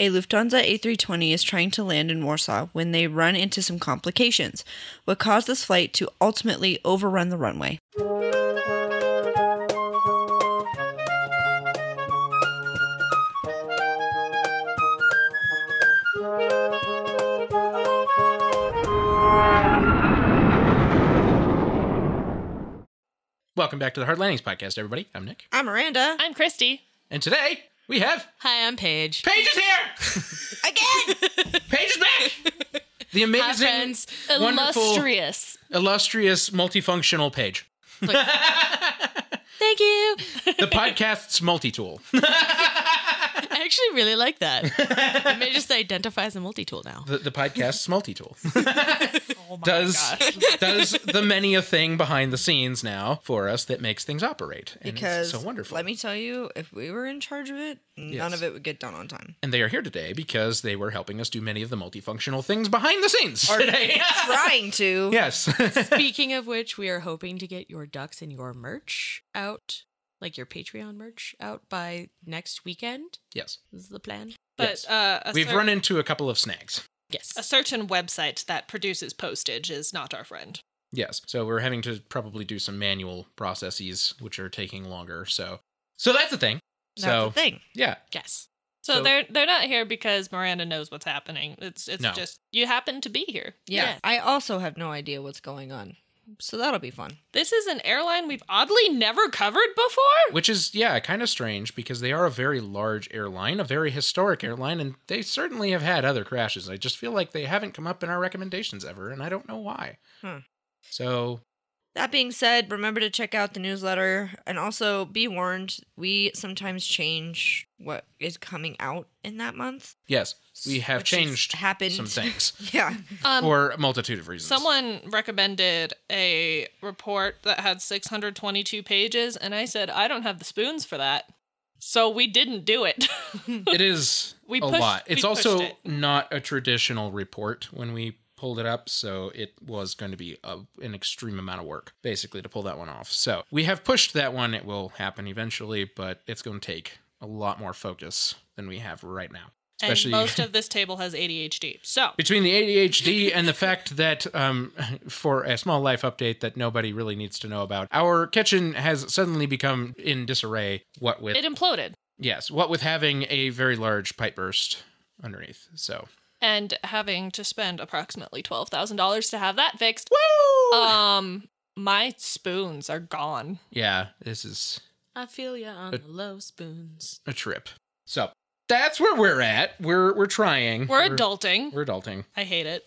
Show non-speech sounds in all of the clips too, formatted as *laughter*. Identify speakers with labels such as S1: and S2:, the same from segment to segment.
S1: A Lufthansa A320 is trying to land in Warsaw when they run into some complications, what caused this flight to ultimately overrun the runway.
S2: Welcome back to the Hard Landings Podcast, everybody. I'm Nick.
S1: I'm Miranda.
S3: I'm Christy.
S2: And today we have
S3: Hi, I'm Paige.
S2: Paige is here!
S1: *laughs* Again!
S2: Paige is back! The
S3: Hi,
S2: amazing,
S3: friends.
S2: wonderful-
S3: Illustrious.
S2: illustrious, multifunctional Paige.
S3: Thank you.
S2: The podcast's multi tool.
S3: I actually really like that. It
S2: *laughs*
S3: may just identify as a multi-tool now.
S2: The, the podcast's multi tool. does does the many a thing behind the scenes now for us that makes things operate. And it's
S1: Because
S2: so wonderful.
S1: let me tell you, if we were in charge of it, none
S2: Yes.
S1: of it would get done on time.
S2: and they are here today because they were helping us do many of the multifunctional things behind the scenes today.
S1: Trying to.
S2: *laughs* yes.
S3: Speaking of which, we are hoping to get your ducks and your merch out, like your Patreon merch out by next weekend.
S2: *laughs* yes.
S3: Is the plan?
S4: But
S2: Yes.
S4: uh, a,
S2: We've
S4: cer-
S2: run into a couple of snags.
S3: Yes.
S4: a certain website that produces postage is not our friend.
S2: Yes. So we're having to probably do some manual processes, which are taking longer. So, so that's a thing.
S1: That's
S2: so
S1: the thing.
S2: yeah,
S3: Yes.
S4: So,
S2: So-
S4: they're they're not here because Miranda knows what's happening. It's it's
S2: No.
S4: just you happen to be here.
S1: Yeah.
S3: Yes.
S1: I also have no idea what's going on. So that'll be fun.
S4: This is an airline we've oddly never covered before.
S2: which is yeah, kind of strange because they are a very large airline, a very historic airline, and they certainly have had other crashes. I just feel like they haven't come up in our recommendations ever, and I don't know why.
S1: Hmm.
S2: So
S1: That being said, remember to check out the newsletter and also be warned we sometimes change what is coming out in that month.
S2: yes, we have
S1: which has
S2: changed
S1: happened.
S2: some things
S1: *laughs* yeah.
S4: Um,
S2: for a multitude of reasons.
S4: someone recommended a report that had 622 pages, and I said I don't have the spoons for that, so we didn't do it. *laughs*
S2: it is
S4: We
S2: a
S4: pushed-
S2: lot.
S4: we
S2: It's also
S4: pushed it.
S2: not a traditional report when we pulled it up, so it was going to be a, an extreme amount of work basically to pull that one off. So we have pushed that one. It will happen eventually, but it's going to take a lot more focus than we have right now.
S4: and
S2: Especially *laughs*
S4: most of this table has ADHD. So
S2: between the ADHD and the fact that, um, *laughs* for a small life update that nobody really needs to know about, our kitchen has suddenly become in disarray. What with
S4: it imploded.
S2: yes, what with having a very large pipe burst underneath. So
S4: and having to spend approximately twelve thousand dollars to have that fixed.
S2: Woo!
S4: Um, my spoons are gone.
S2: yeah, this is
S3: I feel ya on
S2: Uh,
S3: the low spoons.
S2: a trip. So that's where we're at. We're we're trying.
S4: We're adulting.
S2: We're adulting.
S4: I hate it.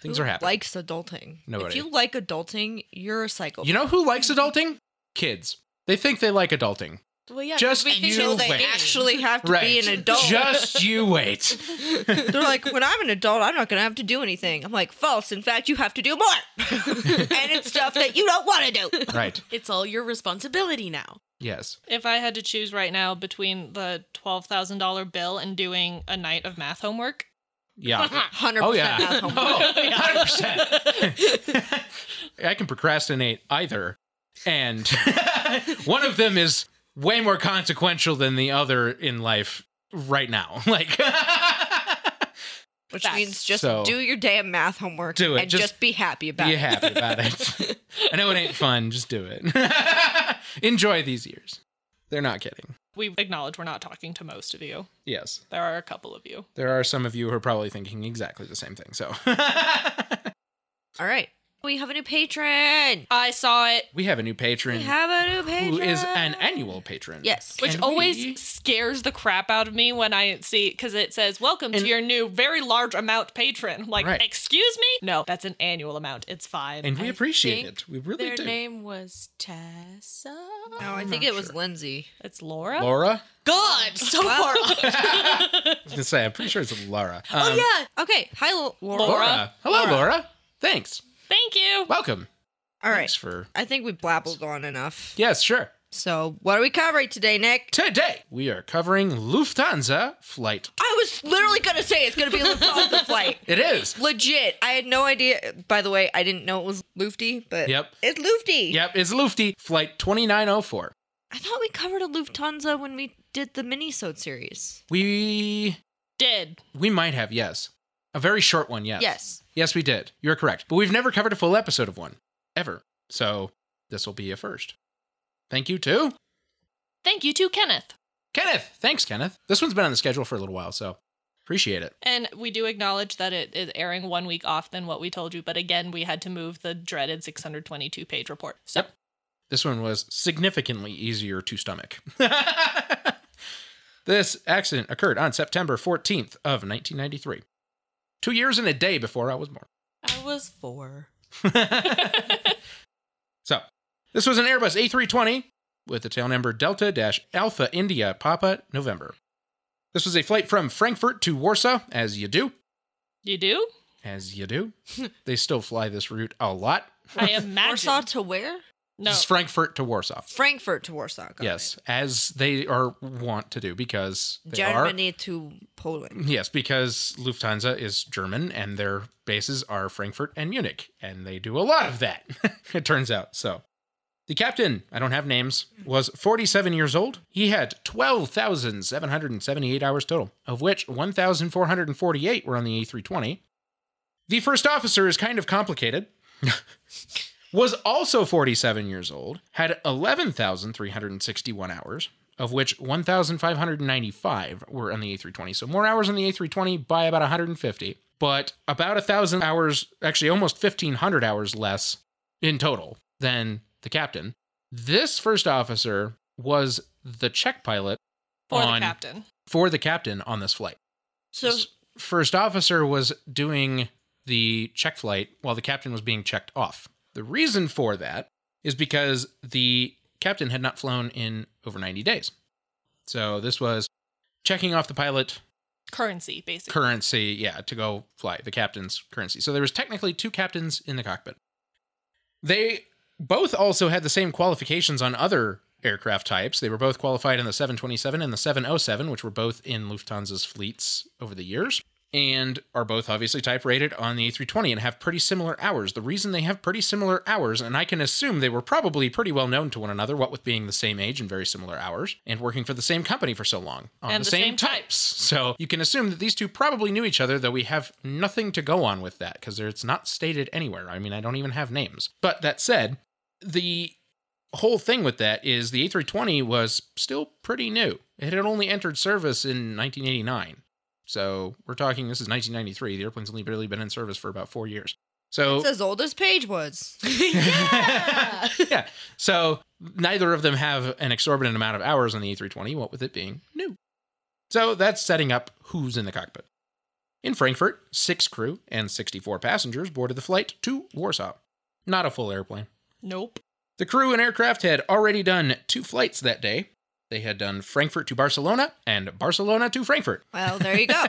S2: Things
S1: Who
S2: are happening.
S1: Likes adulting.
S2: Nobody.
S1: If you like adulting, you're a psycho.
S2: you know who likes adulting? Kids. They think they like adulting.
S3: Well, yeah.
S2: Just
S3: 'cause we think
S2: you
S1: Until
S3: it's
S1: they
S2: wait.
S1: actually have to
S2: right.
S1: be an adult.
S2: Just
S1: *laughs*
S2: you wait.
S1: They're like, when I'm an adult, I'm not going to have to do anything. I'm like, false. In fact, you have to do more. *laughs* and it's stuff that you don't want to do.
S2: right.
S3: It's all your responsibility now.
S2: Yes.
S4: If I had to choose right now between the twelve thousand dollar bill and doing a night of math homework, *laughs*
S2: Yeah.
S1: 100%
S2: Oh yeah.
S1: math
S2: *laughs*
S1: homework.
S2: Oh, 100%. I can procrastinate either and *laughs* one of them is way more consequential than the other in life right now. *laughs* Like
S1: Which
S4: Facts.
S1: means just
S2: So-
S1: do your damn math homework
S2: Do it.
S1: and
S2: Just
S1: just, be happy about
S2: Be
S1: it.
S2: happy about it. I know it ain't fun. Just do it. *laughs* Enjoy these years. They're not kidding.
S4: we acknowledge we're not talking to most of you.
S2: Yes.
S4: There are a couple of you.
S2: There are some of you who are probably thinking exactly the same thing. So *laughs*
S1: All right. We have a new patron.
S4: I saw it,
S2: we have a new patron
S1: We have a new patron.
S2: who is an annual patron.
S1: Yes.
S4: which
S2: Can
S4: always
S2: we-
S4: scares the crap out of me when I see because it says "Welcome
S2: And-
S4: to your new very large amount patron." Like,
S2: Right.
S4: excuse me? No, that's an annual amount. It's fine.
S2: And we
S3: I
S2: appreciate
S3: think
S2: it. We really
S3: Their
S2: do.
S3: name was Tessa.
S1: No, Oh, I think
S2: not
S1: it was
S2: sure.
S1: Lindsay.
S4: it's Laura.
S2: Laura?
S3: God, so
S1: Wow.
S2: *laughs*
S3: far.
S2: Um,
S3: off.
S2: I was gonna say, I'm pretty sure it's Laura.
S1: oh,
S2: Um,
S1: yeah. Okay. Hi, L- Laura.
S2: Laura. Hello, Laura.
S1: Laura.
S2: Thanks.
S4: Thank you.
S2: Welcome.
S1: All right.
S2: Thanks for
S1: I think we blabbled on enough.
S2: Yes, sure.
S1: So, what are we covering today, Nick?
S2: Today we are covering Lufthansa flight.
S1: I was literally going to say it's going to be a
S2: *laughs*
S1: Lufthansa flight.
S2: It is.
S1: Legit. I had no idea. By the way, I didn't know it was Lufty, but
S2: Yep.
S1: it's Lufty.
S2: Yep, it's Lufty, flight 2904.
S1: I thought we covered a Lufthansa when we did the mini series.
S2: We
S4: Did.
S2: We might have, yes. A very short one, yes.
S1: Yes.
S2: Yes, we did. You're correct. But we've never covered a full episode of one, ever. So this will be a first. Thank you to
S4: Thank you to Kenneth.
S2: Kenneth. Thanks, Kenneth. This one's been on the schedule for a little while, so appreciate it.
S4: And we do acknowledge that it is airing one week off than what we told you, but again, we had to move the dreaded 622 page report. So
S2: Yep. This one was significantly easier to stomach. *laughs* this accident occurred on September 14th of 1993. Two years and a day before I was born.
S3: I was four.
S2: *laughs* so, this was an Airbus A320 with the tail number Delta Dash Alpha India Papa November. This was a flight from Frankfurt to Warsaw, as you do,
S4: *laughs* you do?
S2: as
S1: *laughs*
S2: you do. they still fly this route a lot.
S4: I imagine.
S1: Warsaw to
S2: *laughs*
S1: where?
S4: No.
S2: This is Frankfurt to Warsaw.
S1: Frankfurt to Warsaw. got
S2: yes, as they are want to do because
S1: it.
S2: they Mm-hmm.
S1: Germany to Poland.
S2: are. Yes, because Lufthansa is German and their bases are Frankfurt and Munich, and they do a lot of that. *laughs* it turns out so. The captain, I don't have names, was 47 years old. He had 12,778 hours total, of which 1,448 were on the A320. The first officer is kind of complicated. *laughs* was also 47 years old, had 11,361 hours, of which 1,595 were on the A320. So more hours on the A320 by about 150, but about 1,000 hours, actually almost 1,500 hours less in total than the captain. This first officer was the check pilot
S4: for
S2: on-
S4: the captain.
S2: for the captain on this flight.
S1: So
S2: This first officer was doing the check flight while the captain was being checked off. The reason for that is because the captain had not flown in over 90 days. So this was checking off the pilot
S4: Currency, basically.
S2: currency, yeah, to go fly the captain's currency. So there was technically two captains in the cockpit. They both also had the same qualifications on other aircraft types. They were both qualified in the 727 and the 707, which were both in Lufthansa's fleets over the years, and are both obviously type rated on the A320 and have pretty similar hours. The reason they have pretty similar hours, and I can assume they were probably pretty well known to one another, what with being the same age and very similar hours, and working for the same company for so long on
S4: And
S2: the,
S4: the
S2: same,
S4: same
S2: types.
S4: type.
S2: So you can assume that these two probably knew each other, though we have nothing to go on with that because it's not stated anywhere. I mean, I don't even have names. But that said, the whole thing with that is the A320 was still pretty new. It had only entered service in 1989. So we're talking this is 1993. The airplane's only barely been in service for about four years. So
S1: it's
S2: *laughs*
S1: as old as Paige was.
S2: yeah. So neither of them have an exorbitant amount of hours on the A320, what with it being new. So that's setting up who's in the cockpit. In Frankfurt, six crew and 64 passengers boarded the flight to Warsaw. Not a full airplane.
S4: Nope.
S2: The crew and aircraft had already done two flights that day. They had done Frankfurt to Barcelona and Barcelona to Frankfurt.
S1: Well, there you
S2: *laughs*
S1: go.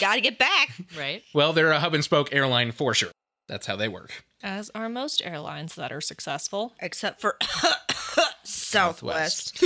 S1: Gotta get back.
S3: Right?
S2: Well, they're a hub and spoke airline for sure. That's how they work.
S4: As are most airlines that are successful.
S1: Except for *coughs*
S2: *laughs*
S1: Southwest.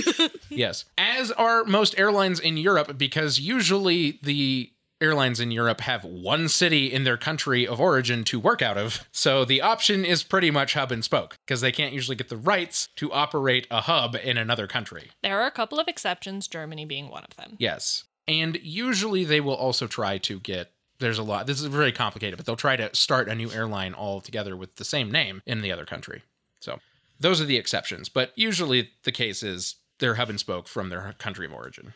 S2: Yes. As are most airlines in Europe, because usually the airlines in Europe have one city in their country of origin to work out of. So the option is pretty much hub and spoke, because they can't usually get the rights to operate a hub in another country.
S4: There are a couple of exceptions, Germany being one of them.
S2: Yes. And usually they will also try to get there's a lot. This is very complicated, but they'll try to start a new airline all together with the same name in the other country. So those are the exceptions, but usually the case is they're hub and spoke from their country of origin.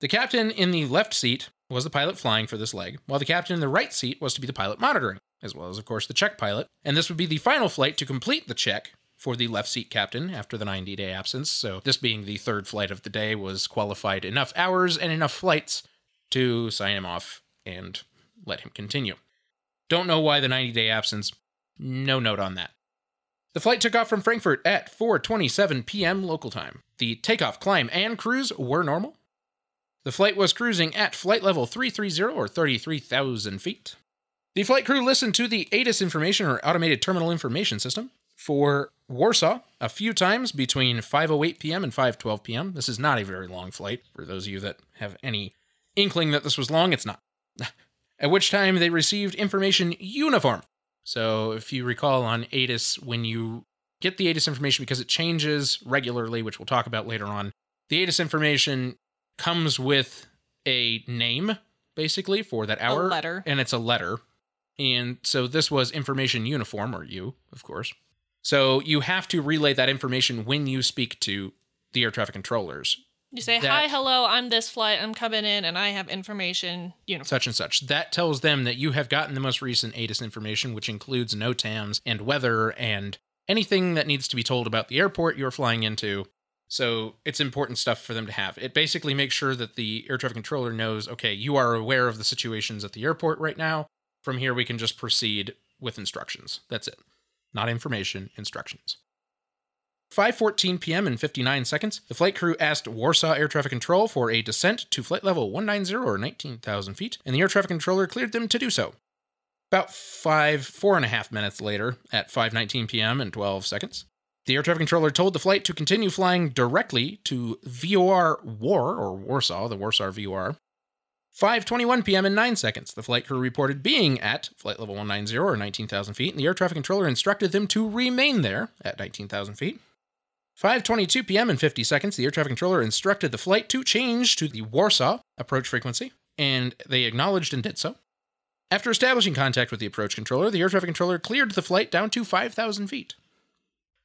S2: The captain in the left seat was the pilot flying for this leg, while the captain in the right seat was to be the pilot monitoring, as well as, of course, the check pilot. And this would be the final flight to complete the check for the left seat captain after the 90 day absence. So, this being the third flight of the day, was qualified enough hours and enough flights to sign him off and let him continue. Don't know why the 90 day absence. No note on that. The flight took off from Frankfurt at 4:27 p.m. local time. The takeoff, climb, and cruise were normal. The flight was cruising at flight level 330 or 33,000 feet. The flight crew listened to the ATIS information or automated terminal information system for Warsaw a few times between 5:08 p.m. and 5:12 p.m. This is not a very long flight for those of you that have any inkling that this was long, it's not. *laughs* at which time they received information uniform. So if you recall on ATIS when you get the ATIS information because it changes regularly, which we'll talk about later on, the ATIS information comes with a name basically for that hour.
S4: letter.
S2: And it's a letter. And so this was information uniform, or you, of course. So you have to relay that information when you speak to the air traffic controllers,
S4: You say,
S2: That-
S4: hi, hello, I'm this flight, I'm coming in, and I have information. Uniform.
S2: such and such. That tells them that you have gotten the most recent ATIS information, which includes NOTAMs and weather and anything that needs to be told about the airport you're flying into. So it's important stuff for them to have. It basically makes sure that the air traffic controller knows okay, you are aware of the situations at the airport right now. From here, we can just proceed with instructions. That's it. Not information, instructions. 5:14 p.m. and 59 seconds, the flight crew asked Warsaw Air Traffic Control for a descent to flight level 190 or 19,000 feet, and the air traffic controller cleared them to do so. About five, four and a half minutes later, at 5:19 p.m. and 12 seconds, the air traffic controller told the flight to continue flying directly to VOR War or Warsaw, the Warsaw VOR. 5:21 p.m. and 9 seconds, the flight crew reported being at flight level 190 or 19,000 feet, and the air traffic controller instructed them to remain there at 19,000 feet. 5:22 p.m. and 50 seconds, the air traffic controller instructed the flight to change to the Warsaw approach frequency, and they acknowledged and did so. After establishing contact with the approach controller, the air traffic controller cleared the flight down to 5,000 feet.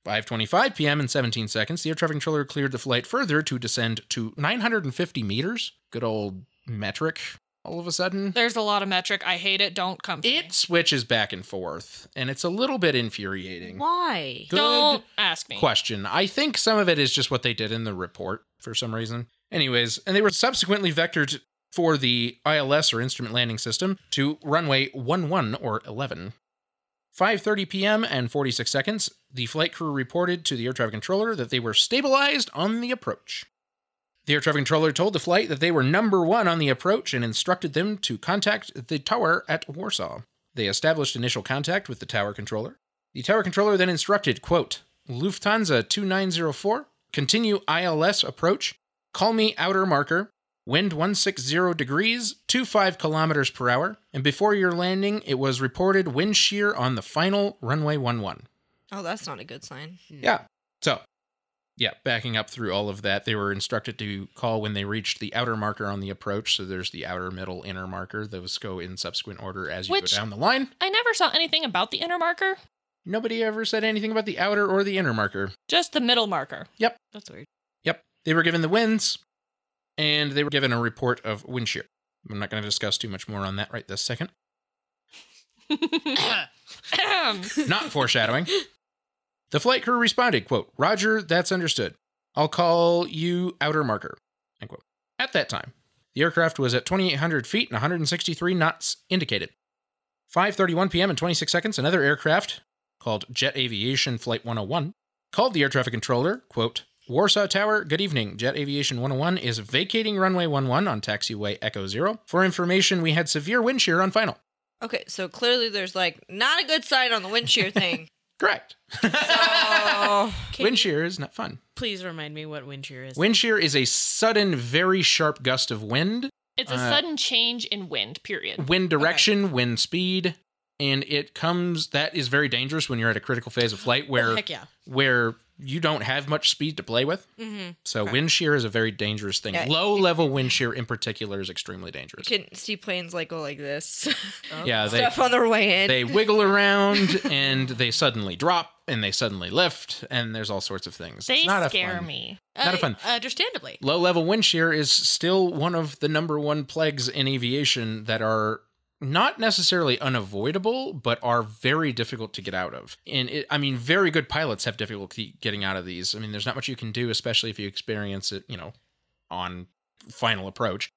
S2: 5:25 p.m. and 17 seconds, the air traffic controller cleared the flight further to descend to 950 meters. Good old metric. All of a sudden,
S4: There's a lot of metric. I hate it. Don't come. to me.
S2: it switches back and forth, and it's a little bit infuriating.
S1: Why?
S2: Good
S4: Don't ask me.
S2: question. I think some of it is just what they did in the report for some reason. Anyways, and they were subsequently vectored for the ILS or instrument landing system to runway 11 or 11. 5:30 p.m. and 46 seconds, the flight crew reported to the air traffic controller that they were stabilized on the approach. The air traffic controller told the flight that they were number 1 on the approach and instructed them to contact the tower at Warsaw. They established initial contact with the tower controller. The tower controller then instructed, quote, Lufthansa 2904, continue ILS approach, call me outer marker, wind 160 degrees, 25 kilometers per hour, and before your landing, it was reported wind shear on the final runway 11.
S1: Oh, that's not a good sign.
S2: Yeah. So, yeah, backing up through all of that, they were instructed to call when they reached the outer marker on the approach. So there's the outer, middle, inner marker. Those go in subsequent order as you
S4: Which-
S2: go down the line.
S4: I never saw anything about the inner marker,
S2: Nobody ever said anything about the outer or the inner marker.
S4: just the middle marker.
S3: That's weird.
S2: Yep. They were given the winds and they were given a report of wind shear. I'm not going to discuss too much more on that right this second.
S4: Ahem.
S2: Not foreshadowing. The flight crew responded, quote, Roger, that's understood. I'll call you outer marker, end quote. At that time, the aircraft was at 2,800 feet and 163 knots indicated. 5.31 p.m. and 26 seconds, another aircraft called Jet Aviation Flight 101 called the air traffic controller, quote, Warsaw Tower, good evening. Jet Aviation 101 is vacating runway 11 on taxiway Echo Zero. For information, we had severe wind shear on final.
S1: Okay, so clearly there's like not a good sign on the wind shear thing.
S2: Correct.
S1: Oh, *laughs*
S3: Can
S2: wind
S3: you
S2: shear is not fun.
S3: please remind me what wind shear is.
S2: Wind shear is a sudden, very sharp gust of wind,
S4: It's a
S2: Uh,
S4: sudden change in wind, period.
S2: wind direction, wind speed, and it comes. That is very dangerous when you're at a critical phase of flight
S3: Oh,
S2: where
S3: heck yeah.
S2: where you don't have much speed to play with.
S3: Mm-hmm.
S2: So
S3: Okay.
S2: wind shear is a very dangerous thing.
S1: Yeah.
S2: Low level wind shear in particular is extremely
S1: you
S2: dangerous.
S1: can see planes like go like this. *laughs*
S2: Yeah, they
S1: Stuff on their way in.
S2: they wiggle around and they suddenly drop and they suddenly lift and there's all sorts of things.
S4: They
S2: It's not a
S4: scare
S2: fun-
S4: me.
S2: Not a fun-
S3: Uh, Understandably.
S2: Low level wind shear is still one of the number one plagues in aviation that are not necessarily unavoidable, but are very difficult to get out of. And it, I mean, very good pilots have difficulty getting out of these. I mean, there's not much you can do, especially if you experience it, you know, on final approach.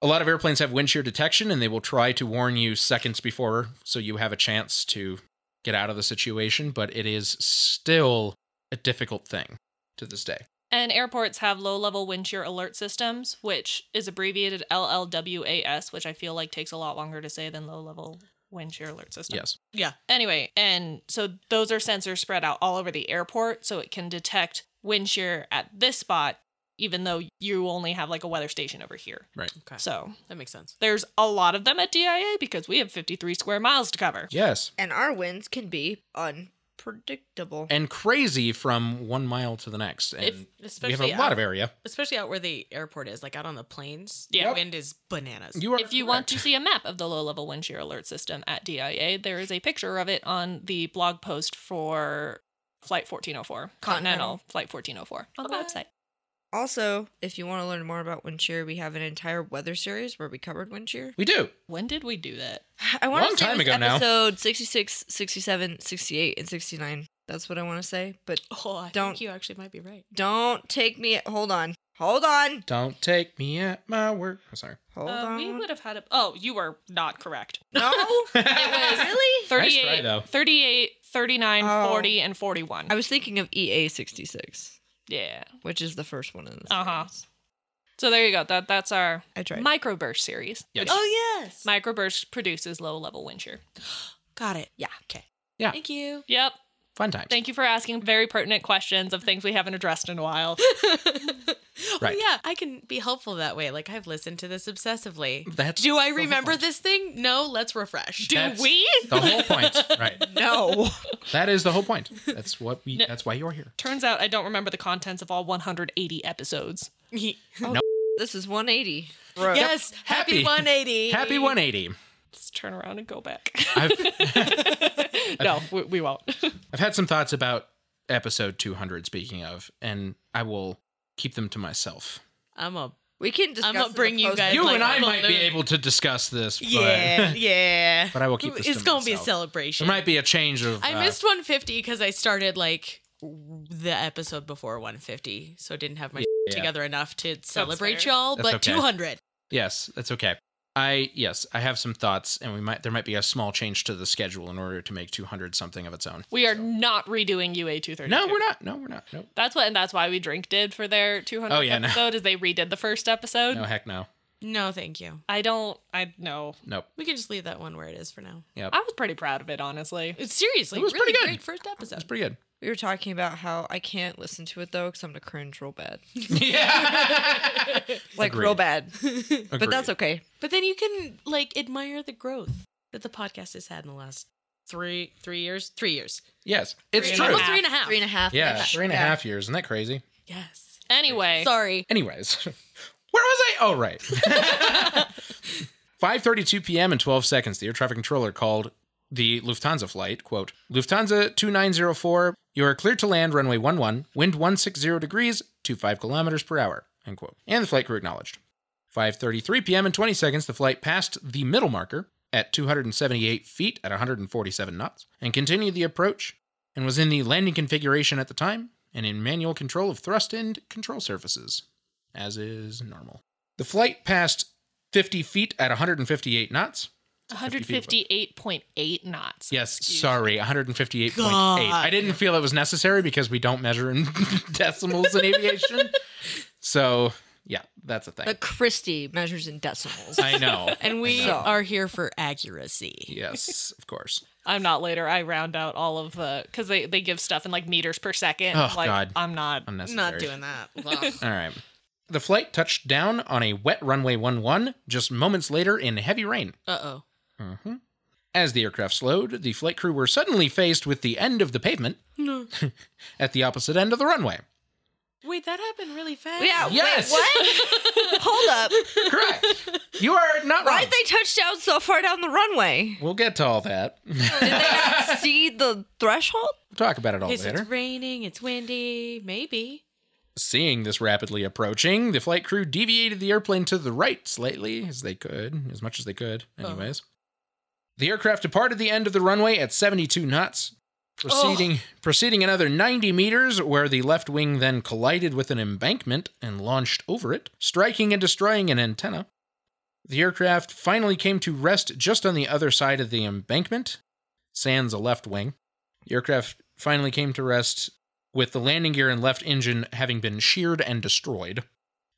S2: A lot of airplanes have wind shear detection and they will try to warn you seconds before so you have a chance to get out of the situation, but it is still a difficult thing to this day.
S4: And airports have low level wind shear alert systems, which is abbreviated LLWAS, which I feel like takes a lot longer to say than low level wind shear alert system.
S2: Yes.
S4: Anyway, and so those are sensors spread out all over the airport so it can detect wind shear at this spot, even though you only have like a weather station over here.
S3: Okay.
S4: So
S3: that makes sense.
S4: there's a lot of them at DIA because we have 53 square miles to cover.
S2: Yes.
S1: and our winds can be unpredictable. predictable.
S2: and crazy from one mile to the next. And
S3: If-
S2: we have
S3: especially
S2: a lot
S3: out-
S2: of area.
S3: Especially out where the airport is, like out on the plains.
S4: Yeah.
S3: The wind is bananas.
S2: You are
S4: If you want to
S2: correct.
S4: see a map of the low level wind shear alert system at DIA, there is a picture of it on the blog post for Flight 1404, Continental Flight 1404 on the
S3: Okay.
S4: website.
S1: Also, if you want to learn more about wind shear, we have an entire weather series where we covered wind shear.
S2: we do.
S4: When did we do that?
S1: I want
S2: Long
S1: to say
S2: time
S1: it was
S2: ago now.
S1: episode 66, 67, 68, and 69. That's what I want to say. But
S3: *laughs* Oh, I
S1: Don't-
S3: think you actually might be right.
S1: don't take me. Hold on. Hold on.
S2: Don't take me at my word. I'm
S3: *laughs*
S2: sorry.
S1: Hold
S4: Uh,
S1: on.
S4: we would have had a. Oh, you were
S1: *laughs*
S4: not correct.
S1: no.
S4: *laughs* It was
S1: *laughs* really?
S4: 38,
S2: try, though.
S4: 38, 39,
S1: Oh.
S4: 40, and 41.
S1: I was thinking of EA 66,
S4: yeah.
S1: which is the first one in this.
S4: Uh-huh. So there you go. That That's our
S1: I tried.
S4: microburst series.
S2: Yes.
S3: Oh yes.
S4: Microburst produces low level wind shear.
S3: Got it.
S1: Yeah.
S3: Okay.
S2: Yeah.
S3: Thank you.
S4: Yep.
S2: *laughs* Fun times.
S4: Thank you for asking very pertinent questions of things we haven't addressed in a while.
S2: Right.
S3: Well, yeah, I can be helpful that way. Like I've listened to this obsessively.
S2: That's
S3: Do I
S2: the whole
S3: remember
S2: point.
S3: this thing? No, let's refresh. *laughs*
S2: *laughs*
S4: Do
S2: That's
S4: we?
S2: The whole point. Right.
S1: no.
S2: That is the whole point. That's what we
S4: No.
S2: that's why you're here.
S4: Turns out I don't remember the contents of all 180 episodes.
S1: this is 180.
S3: yes, happy,
S2: Happy.
S3: 180.
S2: Happy 180.
S4: Let's turn around and go back. *laughs*
S2: I've *laughs*
S4: no, we, we won't.
S2: I've had some thoughts about episode 200 speaking of and I will keep them to myself.
S3: I'm a
S1: We can discuss.
S3: gonna
S1: it in
S3: bring you
S1: post-
S3: guys- I'd
S2: you
S3: like
S2: and I
S3: to
S2: might be
S3: learn.
S2: able to discuss this, but
S3: yeah, yeah.
S2: *laughs* but I will keep this
S3: It's
S2: to
S3: gonna be a
S2: myself.
S3: celebration.
S2: There might be a change of
S3: I
S2: uh,
S3: missed 150 because I started like the episode before 150, so I didn't have my
S2: yeah.
S3: together enough to celebrate
S4: fair.
S3: y'all.
S2: That's
S3: But
S2: okay.
S3: 200.
S2: Yes, that's okay. I yes, I have some thoughts, and we might there might be a small change to the schedule in order to make 200 something of its own.
S4: We are not redoing UA 232.
S2: No, we're not. No, we're not. Nope.
S4: That's what, and that's why we drink did for their 200
S2: Oh, yeah, no.
S4: episode is they redid the first episode.
S2: No, heck no.
S3: No, thank you.
S4: I don't, I know.
S2: Nope.
S3: We can just leave that one where it is for now.
S2: Yep.
S4: I was pretty proud of it, honestly.
S3: It's seriously
S2: It was
S3: really
S2: pretty good.
S3: great first
S2: That's
S3: episode.
S2: pretty good.
S1: We were talking about how I can't listen to it though because I'm gonna cringe real bad,
S2: yeah.
S1: like
S2: Agreed.
S1: real *laughs* bad. But that's
S2: Agreed.
S1: okay.
S3: But then you can like admire the growth that the podcast has had in the last three three years, three years,
S2: Yes, it's
S4: Three and a
S2: true.
S3: almost three and a half.
S1: Three and a half.
S2: Yeah,
S1: ish.
S2: three and a
S1: Yeah.
S2: half years. Isn't that crazy?
S3: yes.
S4: Anyway,
S3: Sorry.
S2: Anyways, *laughs* where was I? Oh, right. *laughs* 5:32 p.m. in 12 seconds, the air traffic controller called the Lufthansa flight, quote, Lufthansa 2904, you are cleared to land runway 11, wind 160 degrees, 25 kilometers per hour, end quote. And the flight crew acknowledged. 5:33 p.m. in 20 seconds, the flight passed the middle marker at 278 feet at 147 knots and continued the approach and was in the landing configuration at the time and in manual control of thrust and control surfaces, as is normal. The flight passed 50 feet at 158 knots.
S4: 158.8 knots.
S2: Yes,
S4: Excuse
S2: sorry, 158.8.
S3: God.
S2: I didn't feel it was necessary because we don't measure in *laughs* decimals in aviation. So, yeah, that's a thing.
S1: But Christie measures in decimals.
S3: *laughs*
S2: I know.
S3: And we
S2: I know.
S3: are here for accuracy.
S2: Yes, of course.
S4: I'm not later. I round out all of the because they they give stuff in like meters per second.
S2: Oh,
S4: like,
S2: God.
S4: I'm not.
S2: Unnecessary.
S3: Not doing *laughs* that. Ugh.
S2: All right. The flight touched down on a wet runway 11 just moments later in heavy rain.
S3: Uh-oh.
S2: hmm As the aircraft slowed, the flight crew were suddenly faced with the end of the pavement
S3: No.
S2: at the opposite end of the runway.
S3: Wait, that happened really fast.
S1: *laughs* yeah.
S2: Yes. *laughs*
S1: Wait, what? Hold up.
S2: Correct. You are not
S1: Why
S2: right.
S1: would they touch down so far down the runway?
S2: We'll get to all that.
S1: Did
S2: *laughs*
S1: they not see the threshold?
S2: *gasps* Talk about it all
S3: Hey, so
S2: later.
S3: it's raining, it's windy, maybe.
S2: Seeing this rapidly approaching, the flight crew deviated the airplane to the right slightly as they could, as much as they could,
S1: Oh.
S2: anyways. The aircraft departed the end of the runway at 72 knots, proceeding proceeding another 90 meters where the left wing then collided with an embankment and launched over it, striking and destroying an antenna. The aircraft finally came to rest just on the other side of the embankment, sans a left wing. The aircraft finally came to rest with the landing gear and left engine having been sheared and destroyed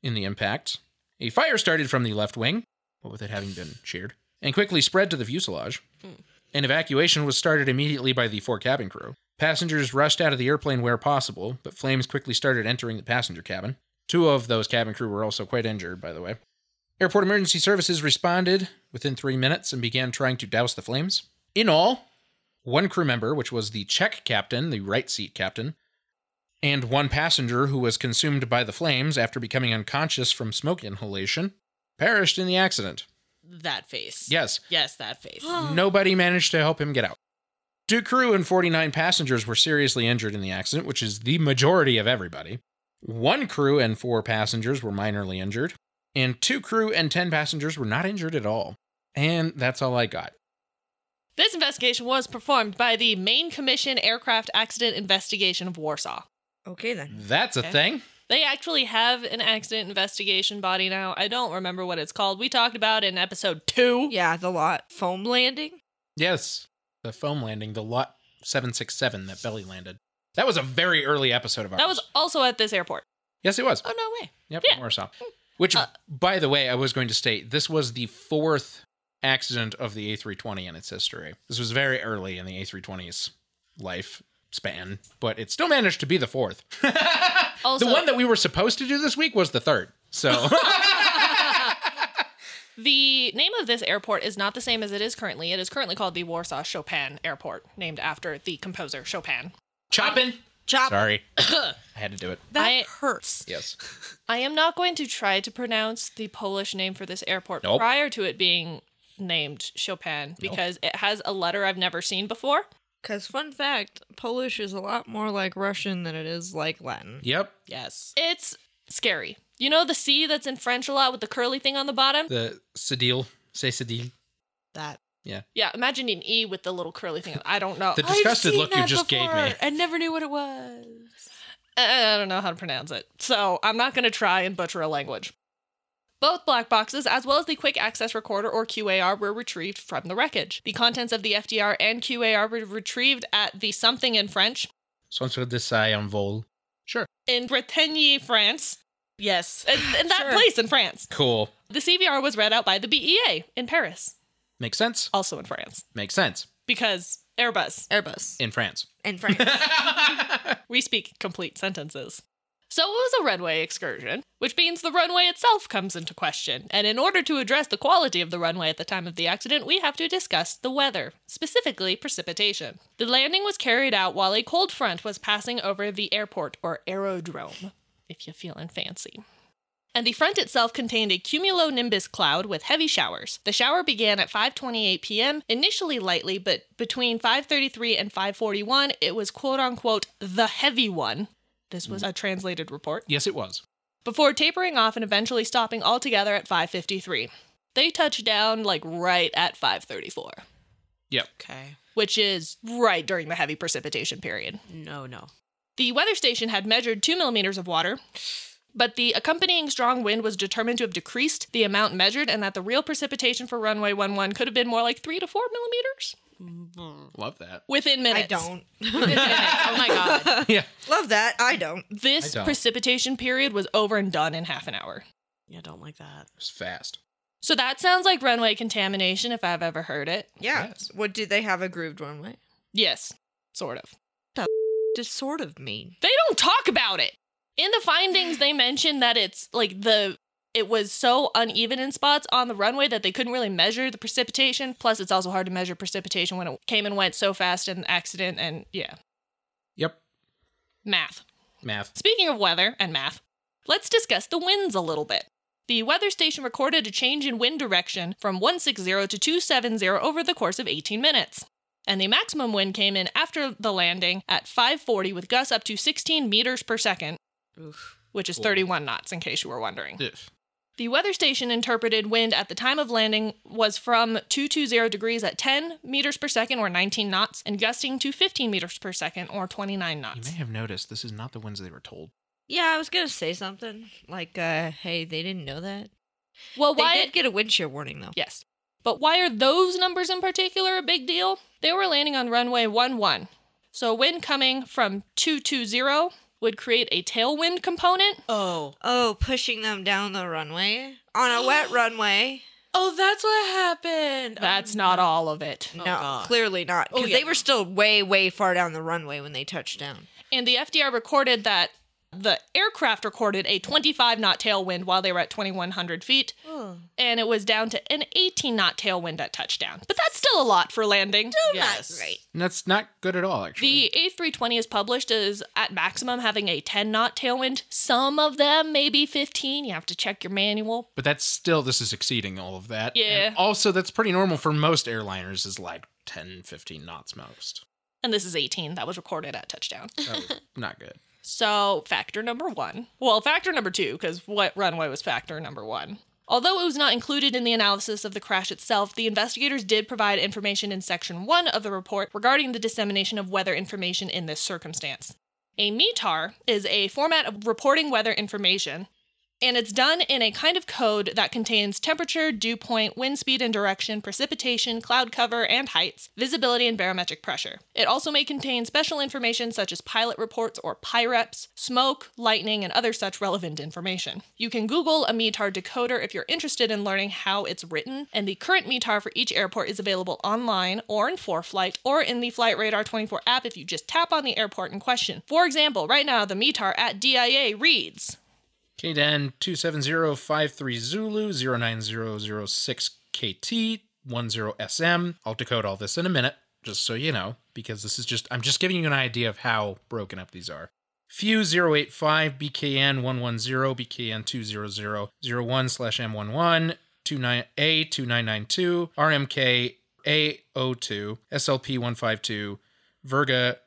S2: in the impact. A fire started from the left wing, what with it having been sheared, and quickly spread to the fuselage. An evacuation was started immediately by the four cabin crew. Passengers rushed out of the airplane where possible, but flames quickly started entering the passenger cabin. Two of those cabin crew were also quite injured, by the way. Airport emergency services responded within three minutes and began trying to douse the flames. In all, one crew member, which was the Czech captain, the right seat captain, and one passenger who was consumed by the flames after becoming unconscious from smoke inhalation, perished in the accident.
S3: That face.
S2: Yes,
S3: Yes, that *gasps* face.
S2: nobody managed to help him get out. Two crew and 49 passengers were seriously injured in the accident, which is the majority of everybody. One crew and four passengers were minorly injured, and two crew and 10 passengers were not injured at all. And that's all I got.
S4: This investigation was performed by the Maine Commission Aircraft Accident Investigation of Warsaw.
S1: Okay then.
S2: That's a
S4: Okay.
S2: thing.
S4: They actually have an accident investigation body now. I don't remember what it's called. We talked about it in episode two.
S1: Yeah, the lot foam landing.
S2: Yes, the foam landing, the lot 767 that belly landed. That was a very early episode of ours.
S4: That was also at this airport.
S2: Yes, it was.
S3: Oh, no way.
S2: Yep,
S4: Yeah.
S2: Warsaw. Which,
S4: Uh,
S2: by the way, I was going to state this was the fourth accident of the A320 in its history. This was very early in the A320's life span, but it still managed to be the fourth.
S4: Also-
S2: the one that we were supposed to do this week was the third.
S4: *laughs*
S2: So,
S4: The name of this airport is not the same as it is currently. It is currently called the Warsaw Chopin Airport, named after the composer Chopin.
S2: chopping.
S1: Chop.
S4: *coughs*
S2: Sorry. I had to do it.
S3: That
S4: I-
S3: hurts.
S2: Yes.
S4: I am not going to try to pronounce the Polish name for this airport
S2: Nope.
S4: prior to it being named Chopin because it has a letter I've never seen before.
S1: Because fun fact, Polish is a lot more like Russian than it is like Latin.
S2: Yep.
S3: Yes.
S4: It's scary. You know the C that's in French a lot with the curly thing on the bottom?
S2: The Sedil. Say Sedil.
S3: That.
S4: Yeah, imagine an E with the little curly thing. I don't know.
S2: The
S3: I've
S2: disgusted
S3: seen
S2: look you
S3: that
S2: just gave
S3: before
S2: me.
S3: And never knew what it was.
S4: *laughs* I I don't know how to pronounce it, so I'm not going to try and butcher a language. Both black boxes, as well as the quick access recorder or QAR, were retrieved from the wreckage. The contents of the FDR and QAR were retrieved at the something in French
S2: Centre de Sai en Vol. Sure.
S4: in Bretagne, France,
S3: Yes.
S4: in, in that
S3: Sure.
S4: place in France.
S2: Cool.
S4: The CVR was read out by the BEA in Paris,
S2: Makes sense.
S4: also in France,
S2: Makes sense.
S4: because Airbus.
S1: Airbus.
S2: In France. *laughs*
S1: And Frank.
S4: We speak complete sentences. So it was a runway excursion, which means the runway itself comes into question. And in order to address the quality of the runway at the time of the accident, we have to discuss the weather, specifically precipitation. The landing was carried out while a cold front was passing over the airport or aerodrome, if you're feeling fancy. And the front itself contained a cumulonimbus cloud with heavy showers. The shower began at 5:28 p.m., initially lightly, but between 5:33 and 5:41, it was quote unquote the heavy one. This was a translated report
S2: yes, it was.
S4: before tapering off and eventually stopping altogether at 5:53. They touched down like right at 5:34,
S2: Yep.
S3: Okay.
S4: which is right during the heavy precipitation period.
S3: No, no.
S4: The weather station had measured two millimeters of water, but the accompanying strong wind was determined to have decreased the amount measured and that the real precipitation for runway 11 could have been more like three to four millimeters
S2: Love that.
S4: *laughs*
S1: *laughs*
S4: within
S1: I
S4: minutes.
S1: don't. *laughs*
S3: oh my god.
S2: Yeah.
S1: Love that. I don't.
S4: This
S2: I don't.
S4: precipitation period was over and done in half an hour.
S3: Yeah, don't like that.
S2: It's fast.
S4: So that sounds like runway contamination if I've ever heard it.
S1: Yeah.
S2: Yes.
S1: What do they have a grooved runway?
S4: Yes, sort of.
S1: Just sort of mean.
S4: They don't talk about it. In the findings, they mention that it's like the it was so uneven in spots on the runway that they couldn't really measure the precipitation. Plus, it's also hard to measure precipitation when it came and went so fast in the accident. And yeah,
S2: Yep.
S4: math.
S2: Math.
S4: Speaking of weather and math, let's discuss the winds a little bit. The weather station recorded a change in wind direction from 160 to 270 over the course of 18 minutes. And the maximum wind came in after the landing at 540 with gusts up to 16 meters per second,
S3: Oof.
S4: which is
S2: Cool.
S4: 31 knots in case you were wondering.
S2: If.
S4: The weather station interpreted wind at the time of landing was from 220 degrees at 10 meters per second or 19 knots and gusting to 15 meters per second or 29
S2: You may
S4: knots.
S2: have noticed this is not the ones they were told.
S1: Yeah, I was gonna say something like, uh, "Hey, they didn't know that."
S4: Well,
S1: They
S4: why
S1: did get a wind shear warning though.
S4: Yes. But why are those numbers in particular a big deal? They were landing on runway 11. So wind coming from 220 would create a tailwind component.
S3: Oh.
S1: Oh, pushing them down the runway on a wet runway.
S3: Oh, that's what happened.
S4: That's not all of it.
S1: No,
S3: Oh, God.
S1: clearly not.
S3: Oh,
S1: Because
S3: yeah.
S1: they were still way, way far down the runway when they touched down.
S4: And the FDR recorded that The aircraft recorded a 25 knot tailwind while they were at 2,100 feet, and it was down to an 18 knot tailwind at touchdown. But that's still a lot for landing.
S3: Yes.
S1: Not great.
S2: And that's not good at all, actually.
S4: The A320 is published as at maximum having a 10 knot tailwind. Some of them maybe 15. You have to check your manual.
S2: but that's still, this is exceeding all of that.
S4: Yeah.
S2: And also, that's pretty normal for most airliners, is like 10, 15 knots most.
S4: And this is 18. That was recorded at touchdown. *laughs*
S2: So, not good.
S4: So, factor number one. Well, factor number two, because what runway was factor number one? Although it was not included in the analysis of the crash itself, the investigators did provide information in section one of the report regarding the dissemination of weather information in this circumstance. A METAR is a format of reporting weather information, and it's done in a kind of code that contains temperature, dew point, wind speed and direction, precipitation, cloud cover and heights, visibility and barometric pressure. It also may contain special information such as pilot reports or PIREPs, smoke, lightning, and other such relevant information. You can Google a METAR decoder if you're interested in learning how it's written, and the current METAR for each airport is available online or in ForeFlight or in the Flight Radar 24 app if you just tap on the airport in question. For example, right now the METAR at DIA reads.
S2: KDAN 27053 Zulu 09006 KT 10SM. I'll decode all this in a minute, just so you know, because this is just, I'm just giving you an idea of how broken up these are. Few 085 BKN 110 BKN 20001 slash M11 A2992 RMK A02 SLP 152 Verga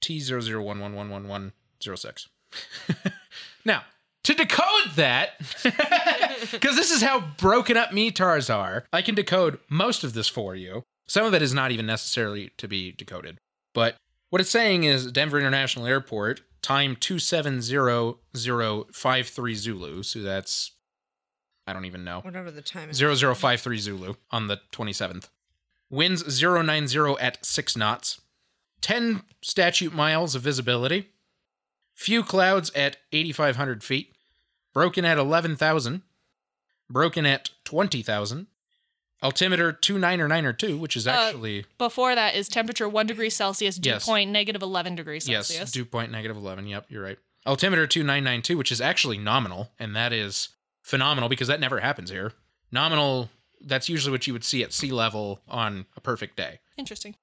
S2: T001111106. *laughs* Now, to decode that, *laughs* because this is how broken up METARs are, I can decode most of this for you. Some of it is not even necessarily to be decoded. But what it's saying is Denver International Airport, time 27053 Zulu. So that's, I don't even know.
S1: Whatever the time is.
S2: 0053 Zulu on the 27th. Winds 090 at 6 knots. 10 statute miles of visibility. Few clouds at 8,500 feet. Broken at 11,000. Broken at 20,000. Altimeter 2992, which
S1: Uh,
S2: is actually,
S4: Before that is temperature 1 degree Celsius, dew
S2: Yes.
S4: point negative 11 degrees
S2: yes,
S4: Celsius.
S2: dew point negative 11. Yep, you're right. Altimeter 2992, which is actually nominal, and that is phenomenal because that never happens here. Nominal, that's usually what you would see at sea level on a perfect day.
S4: Interesting.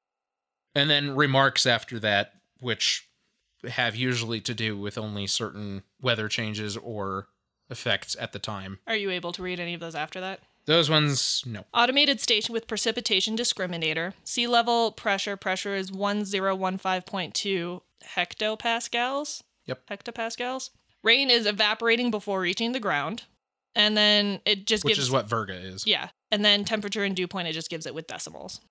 S2: and then remarks after that which have usually to do with only certain weather changes or effects at the time
S4: Are you able to read any of those after that?
S2: those ones no
S4: Automated station with precipitation discriminator. Sea level pressure. Pressure is 1015.2 hectopascals.
S2: Yep.
S4: Hectopascals. Rain is evaporating before reaching the ground. And then it just
S2: which
S4: gives.
S2: is what verga is
S4: Yeah. And then temperature and dew point, it just gives it with decimals.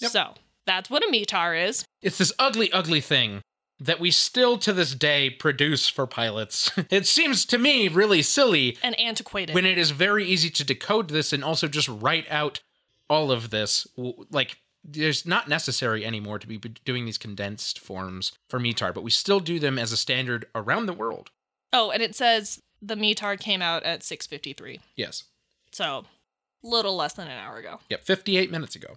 S2: Yep.
S4: So that's what a METAR is.
S2: it's this ugly ugly thing that we still to this day produce for pilots *laughs* it seems to me really silly
S4: And antiquated.
S2: when it is very easy to decode this and also just write out all of this w- like there's not necessary anymore to be b- doing these condensed forms for METAR, but we still do them as a standard around the world.
S4: oh, and it says the METAR came out at 6.53.
S2: Yes.
S4: So little less than an hour ago.
S2: Yep, 58 minutes ago.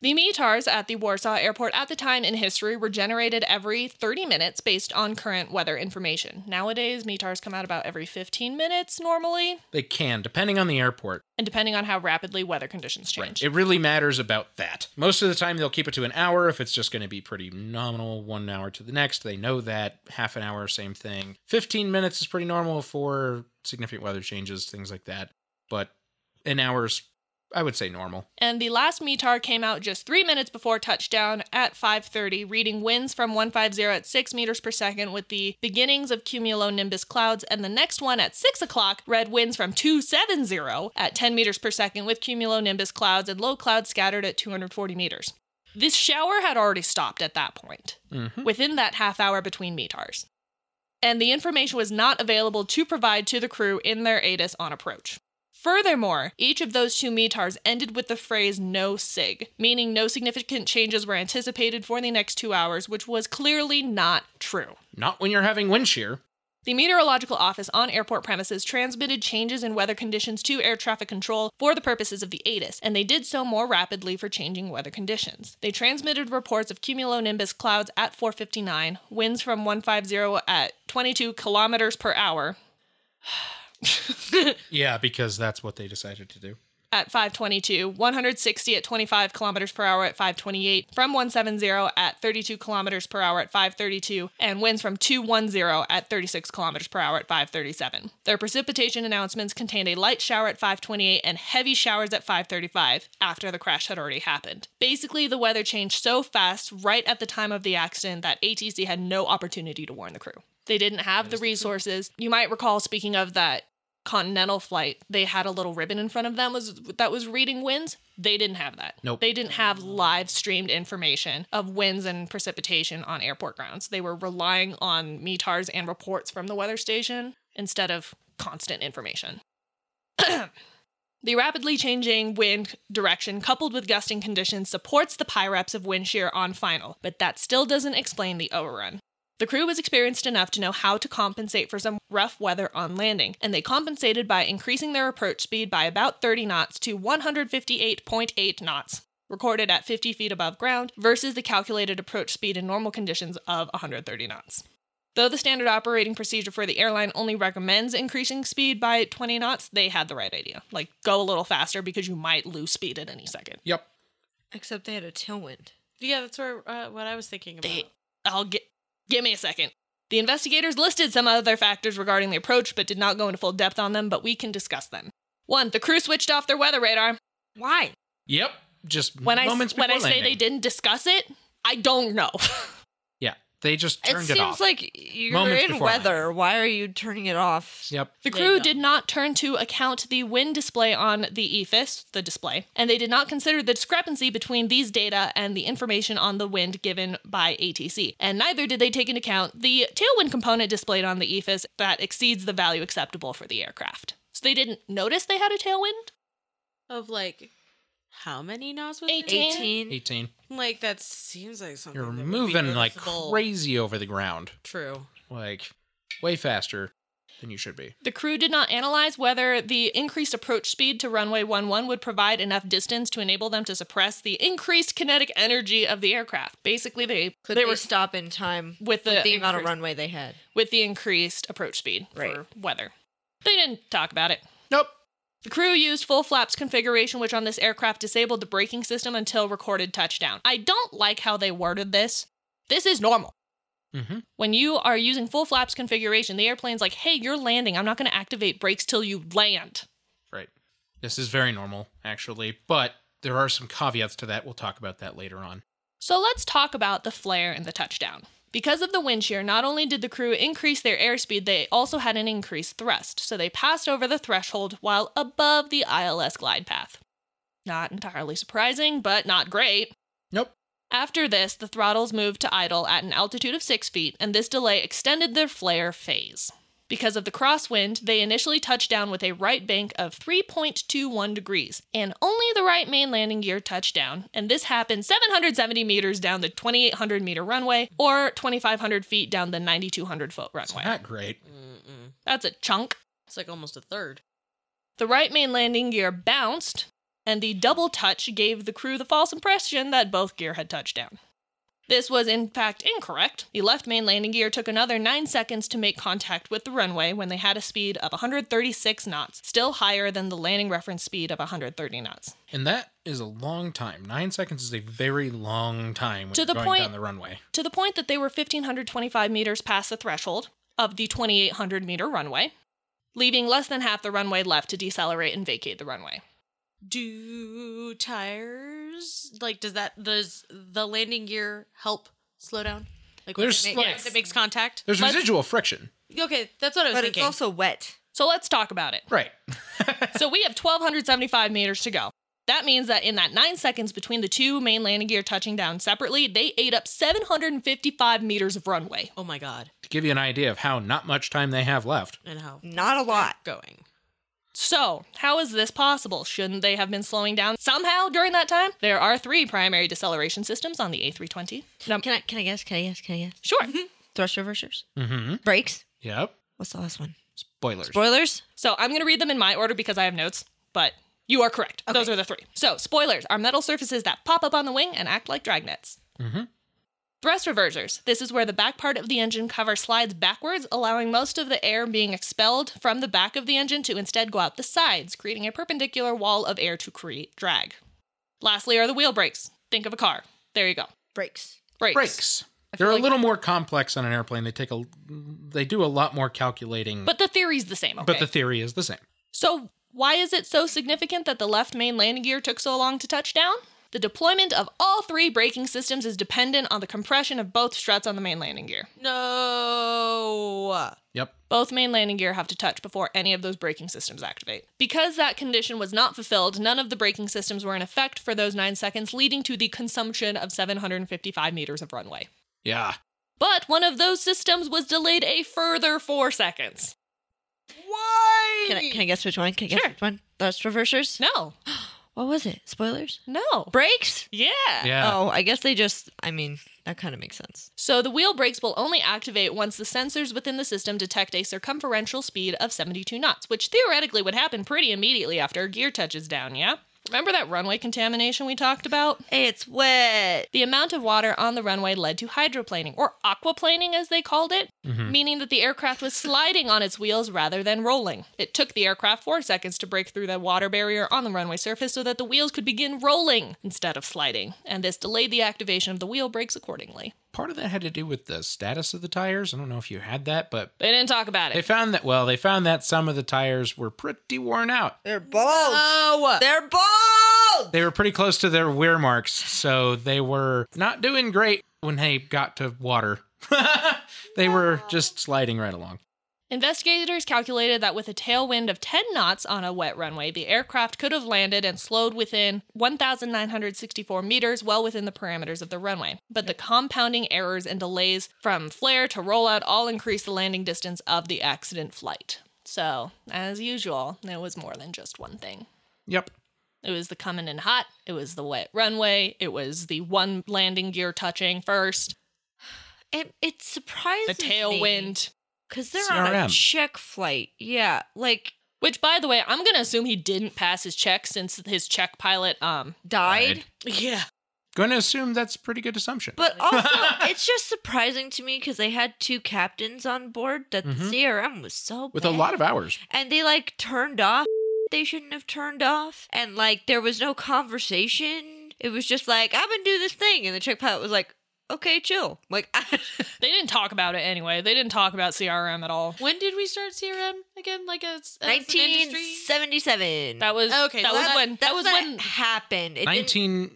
S4: The METARs at the Warsaw Airport at the time in history were generated every 30 minutes based on current weather information. Nowadays, METARs come out about every 15 minutes normally,
S2: They can, depending on the airport.
S4: and depending on how rapidly weather conditions change.
S2: It really matters about that. Most of the time, they'll keep it to an hour if it's just going to be pretty nominal, one hour to the next. They know that. Half an hour, same thing. 15 minutes is pretty normal for significant weather changes, things like that. But an hour's, I would say, normal.
S4: And the last METAR came out just three minutes before touchdown at 5:30, reading winds from 150 at six meters per second with the beginnings of cumulonimbus clouds, and the next one at six o'clock read winds from 270 at 10 meters per second with cumulonimbus clouds and low clouds scattered at 240 meters. This shower had already stopped at that point,
S2: Mm-hmm.
S4: within that half hour between METARs. And the information was not available to provide to the crew in their ATIS on approach. Furthermore, each of those two METARs ended with the phrase no sig, meaning no significant changes were anticipated for the next two hours, which was clearly not true.
S2: Not when you're having wind shear.
S4: The meteorological office on airport premises transmitted changes in weather conditions to air traffic control for the purposes of the ATIS, and they did so more rapidly for changing weather conditions. They transmitted reports of cumulonimbus clouds at 4:59, winds from 150 at 22 kilometers per hour,
S2: Yeah, because that's what they decided to do.
S4: at 522, 160 at 25 kilometers per hour at 528, from 170 at 32 kilometers per hour at 532, and winds from 210 at 36 kilometers per hour at 537. Their precipitation announcements contained a light shower at 528 and heavy showers at 535 after the crash had already happened. Basically, the weather changed so fast right at the time of the accident that ATC had no opportunity to warn the crew. They didn't have the resources. You might recall speaking of that continental flight they had a little ribbon in front of them was that was reading winds they didn't have that
S2: Nope.
S4: they didn't have live streamed information of winds and precipitation on airport grounds they were relying on metars and reports from the weather station instead of constant information *clears throat* the rapidly changing wind direction coupled with gusting conditions supports the pyreps of wind shear on final but that still doesn't explain the overrun the crew was experienced enough to know how to compensate for some rough weather on landing, and they compensated by increasing their approach speed by about 30 knots to 158.8 knots, recorded at 50 feet above ground, versus the calculated approach speed in normal conditions of 130 knots. Though the standard operating procedure for the airline only recommends increasing speed by 20 knots, they had the right idea. Like, go a little faster because you might lose speed at any second.
S2: Yep.
S1: Except they had a tailwind.
S3: Yeah, that's where uh, what I was thinking about.
S4: They, I'll get. Give me a second. The investigators listed some other factors regarding the approach, but did not go into full depth on them. But we can discuss them. One, the crew switched off their weather radar.
S1: Why?
S2: Yep. Just
S4: When I
S2: moments
S4: when I
S2: before
S4: say they
S2: landing.
S4: didn't discuss it, I don't know. *laughs*
S2: Yeah, they just
S1: It
S2: turned it,
S1: seems
S2: off.
S1: like you're
S2: Moments
S1: in
S2: before
S1: weather. Why are you turning it off?
S2: yep.
S4: the
S3: There you
S4: crew
S3: go.
S4: did not turn to account the wind display on the EFIS, the display, and they did not consider the discrepancy between these data and the information on the wind given by ATC. And neither did they take into account the tailwind component displayed on the EFIS that exceeds the value acceptable for the aircraft. So they didn't notice they had a tailwind.
S3: of like how many knots was
S4: Eighteen.
S1: 18.
S3: it?
S2: 18.
S3: Like that seems like something.
S2: You're
S3: that would be
S2: moving like
S3: noticeable.
S2: crazy over the ground.
S3: True.
S2: Like way faster than you should be.
S4: The crew did not analyze whether the increased approach speed to runway 11 would provide enough distance to enable them to suppress the increased kinetic energy of the aircraft. Basically, they
S1: Could
S4: they,
S1: they,
S4: were
S1: stop in time
S4: with the,
S1: with the amount of
S4: increase-
S1: runway they had?
S4: with the increased approach speed for
S1: Right.
S4: weather. They didn't talk about it.
S2: Nope.
S4: The crew used full flaps configuration, which on this aircraft disabled the braking system until recorded touchdown. I don't like how they worded this. This is normal.
S2: Mm-hmm.
S4: When you are using full flaps configuration, the airplane's like, hey, you're landing. I'm not going to activate brakes till you land.
S2: Right. This is very normal, actually, but there are some caveats to that. We'll talk about that later on.
S4: So let's talk about the flare and the touchdown. Because of the wind shear, not only did the crew increase their airspeed, they also had an increased thrust, so they passed over the threshold while above the ILS glide path. Not entirely surprising, but not great.
S2: Nope.
S4: After this, the throttles moved to idle at an altitude of 6 feet, and this delay extended their flare phase. Because of the crosswind, they initially touched down with a right bank of 3.21 degrees, and only the right main landing gear touched down, and this happened 770 meters down the 2,800 meter runway, or 2,500 feet down the 9,200 foot
S2: It's
S4: runway.
S2: not great.
S3: Mm-mm.
S4: That's a chunk.
S3: It's like almost a third.
S4: The right main landing gear bounced, and the double touch gave the crew the false impression that both gear had touched down. This was in fact incorrect. The left main landing gear took another 9 seconds to make contact with the runway when they had a speed of 136 knots, still higher than the landing reference speed of 130 knots.
S2: And that is a long time. Nine seconds is a very long time when
S4: To
S2: you're
S4: the
S2: going
S4: point-
S2: down the runway.
S4: To the point that they were 1,525 meters past the threshold of the 2,800 meter runway, leaving less than half the runway left to decelerate and vacate the runway.
S3: Do tires like does that does the landing gear help slow down? Like when
S2: There's
S3: it,
S2: like-
S3: when it makes contact.
S2: There's
S4: Let's-
S2: residual friction.
S3: Okay, that's what I was
S1: But it's
S3: thinking.
S1: also wet.
S4: So let's talk about it.
S2: *laughs* Right.
S4: So we have 1,275 meters to go. That means that in that nine seconds between the two main landing gear touching down separately, they ate up 755 meters of runway.
S3: oh my god,
S2: to give you an idea of how not much time they have left.
S3: and how
S1: Not a lot.
S3: going?
S4: So, how is this possible? Shouldn't they have been slowing down somehow during that time? There are three primary deceleration systems on the A320. Num-
S1: Can I can I guess? Can I guess? Can I guess?
S4: sure.
S1: Thrust reversers?
S2: Mm-hmm.
S1: Brakes?
S2: Yep.
S1: What's the last one?
S2: Spoilers.
S1: Spoilers?
S4: So I'm going to read them in my order because I have notes, but you are correct. Those are the three. So, spoilers are metal surfaces that pop up on the wing and act like dragnets.
S2: Mhm.
S4: Thrust reversers. This is where the back part of the engine cover slides backwards, allowing most of the air being expelled from the back of the engine to instead go out the sides, creating a perpendicular wall of air to create drag. Lastly, are the wheel brakes. Think of a car. There you go.
S1: Brakes.
S4: Brakes.
S2: Brakes.
S4: I feel
S2: They're a
S4: like-
S2: little more complex on an airplane. They take a they do a lot more calculating,
S4: But the theory's the same. Okay.
S2: but the theory is the same.
S4: So, why is it so significant that the left main landing gear took so long to touch down? The deployment of all three braking systems is dependent on the compression of both struts on the main landing gear.
S3: No.
S2: Yep.
S4: Both main landing gear have to touch before any of those braking systems activate. Because that condition was not fulfilled, none of the braking systems were in effect for those nine seconds, leading to the consumption of 755 meters of runway.
S2: Yeah.
S4: But one of those systems was delayed a further four seconds.
S3: Why?
S1: Can I, can I guess which one? Can I guess
S4: Sure.
S1: which one? Thrust reversers?
S4: No,
S1: What was it? Spoilers?
S4: no.
S1: Brakes?
S4: Yeah.
S2: Yeah.
S1: Oh, I guess they just, I mean, that kind of makes sense.
S4: So the wheel brakes will only activate once the sensors within the system detect a circumferential speed of 72 knots, which theoretically would happen pretty immediately after a gear touches down, yeah? Remember that runway contamination we talked about?
S1: It's wet.
S4: The amount of water on the runway led to hydroplaning, or aquaplaning as they called it, meaning that the aircraft was sliding on its wheels rather than rolling. It took the aircraft four seconds to break through the water barrier on the runway surface so that the wheels could begin rolling instead of sliding, and this delayed the activation of the wheel brakes accordingly.
S2: Part of that had to do with the status of the tires. I don't know if you had that, but
S4: They didn't talk about it.
S2: they found that well, they found that some of the tires were pretty worn out.
S1: They're bald.
S3: Oh.
S1: They're bald.
S2: They were pretty close to their wear marks, so they were not doing great when they got to water. *laughs* they were just sliding right along.
S4: Investigators calculated that with a tailwind of 10 knots on a wet runway, the aircraft could have landed and slowed within 1,964 meters, well within the parameters of the runway. But the compounding errors and delays from flare to rollout all increased the landing distance of the accident flight. So, as usual, it was more than just one thing.
S2: Yep.
S4: It was the coming in hot, it was the wet runway, it was the one landing gear touching first,
S1: It, it surprises
S4: the tailwind.
S1: Because they're on a
S2: CRM.
S1: check flight. Yeah. Like,
S4: Which, by the way, I'm gonna assume he didn't pass his check since his check pilot. Um,
S1: died.
S2: Right.
S3: Yeah.
S2: Going to assume that's a pretty good assumption.
S4: *laughs*
S1: But also, it's just surprising to me because they had two captains on board that
S2: Mhm.
S1: the CRM was so
S2: with a lot of hours.
S1: and they like turned off. They shouldn't have turned off, and like there was no conversation. It was just like I'm gonna do this thing, and the check pilot was like, "Okay, chill." Like, *laughs*
S4: they didn't talk about it anyway. They didn't talk about CRM at all.
S3: When did we start CRM again? Like as, as an industry?
S1: 1977.
S4: That was
S3: Okay,
S4: That
S3: so
S4: was
S3: that's-
S4: when. That
S1: That's
S4: was
S1: when
S4: when.
S1: it happened. It didn't-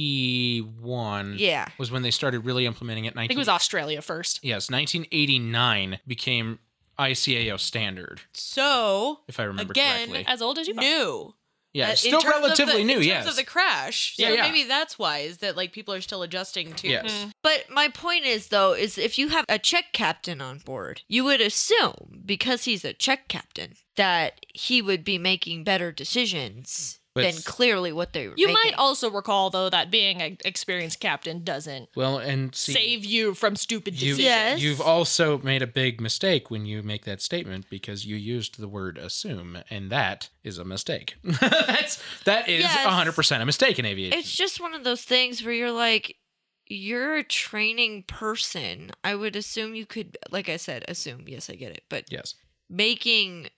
S2: 1981
S1: Yeah.
S2: was when they started really implementing it.
S4: I think it was Australia first.
S2: yes, 1989 became ICAO standard,
S3: So
S2: if I remember
S3: Again,
S2: correctly.
S4: As old as you. are.
S3: new.
S2: yeah,
S3: Uh, in
S2: it's still
S3: terms of
S2: relatively
S3: the,
S2: new.
S3: In
S2: yes,
S3: terms of the crash. So
S2: Yeah, yeah.
S3: maybe that's why is that like people are still adjusting to.
S2: yes.
S1: But my point is though is if you have a check captain on board, you would assume because he's a check captain that he would be making better decisions
S2: But
S1: than
S2: s-
S1: clearly what they were.
S4: You
S1: making.
S4: might also recall though that being an experienced captain doesn't
S2: Well, and see,
S4: save you from stupid
S2: you,
S4: decisions.
S1: Yes.
S2: you've also made a big mistake when you make that statement because you used the word assume, and that is a mistake. *laughs* That's that is
S1: Yes.
S2: 100% a mistake in aviation.
S1: It's just one of those things where you're like, you're a training person. I would assume you could, like I said, assume. Yes, I get it. But
S2: yes.
S1: making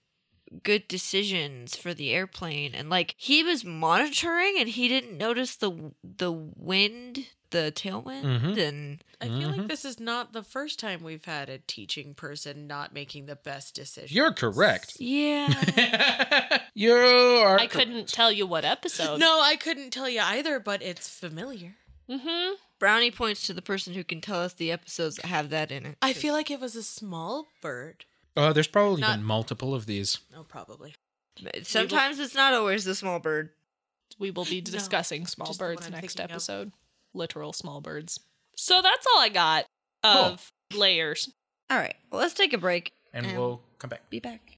S1: good decisions for the airplane and like he was monitoring and he didn't notice the the wind the tailwind
S2: Mhm.
S1: and
S3: I feel
S2: Mhm.
S3: like this is not the first time we've had a teaching person not making the best decision.
S2: You're correct.
S1: yeah
S2: *laughs* you are
S4: I couldn't tell you what episode.
S3: No, I couldn't tell you either, but it's familiar.
S4: Mm-hmm.
S1: *laughs* brownie points to the person who can tell us the episodes that have that in it
S3: I feel like it was a small bird.
S2: Oh, there's probably
S3: Not-
S2: been multiple of these.
S3: Oh, probably.
S1: sometimes it's not always the small bird
S4: We will be
S3: No.
S4: discussing small
S3: Just the one
S4: birds
S3: I'm
S4: next
S3: thinking of.
S4: episode. Literal small birds. So that's all I got of layers.
S1: all right well let's take a break
S2: And
S1: Um,
S2: we'll come back.
S1: be back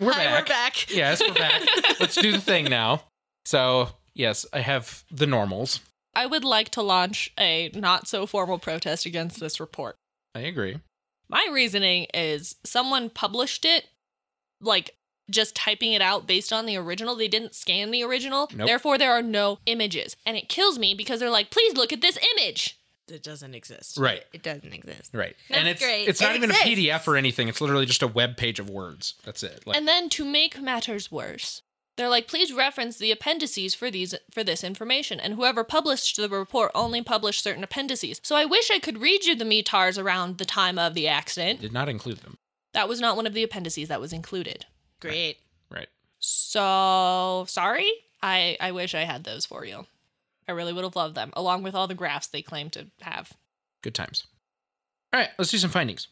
S2: We're
S4: Hi,
S2: back.
S4: we're back.
S2: Yes, we're
S3: *laughs*
S2: back. Let's do the thing now. So, yes, I have the normals.
S4: I would like to launch a not so formal protest against this report.
S2: I agree.
S4: My reasoning is someone published it, like just typing it out based on the original. They didn't scan the original.
S2: Nope.
S4: Therefore, there are no images. And it kills me because they're like, please look at this image.
S3: It doesn't exist.
S2: Right.
S1: It doesn't exist.
S2: Right.
S4: That's
S2: and it's
S4: great.
S2: it's not
S1: It
S2: even
S1: exists.
S2: a PDF or anything. It's literally just a web page of words. That's it. Like
S4: and then to make matters worse, they're like, please reference the appendices for these for this information. And whoever published the report only published certain appendices. So I wish I could read you the METARs around the time of the accident.
S2: did not include them.
S4: That was not one of the appendices that was included.
S3: Great.
S2: Right.
S4: So sorry. I, I wish I had those for you. I really would have loved them, along with all the graphs they claim to have.
S2: Good times. All right, let's do some findings.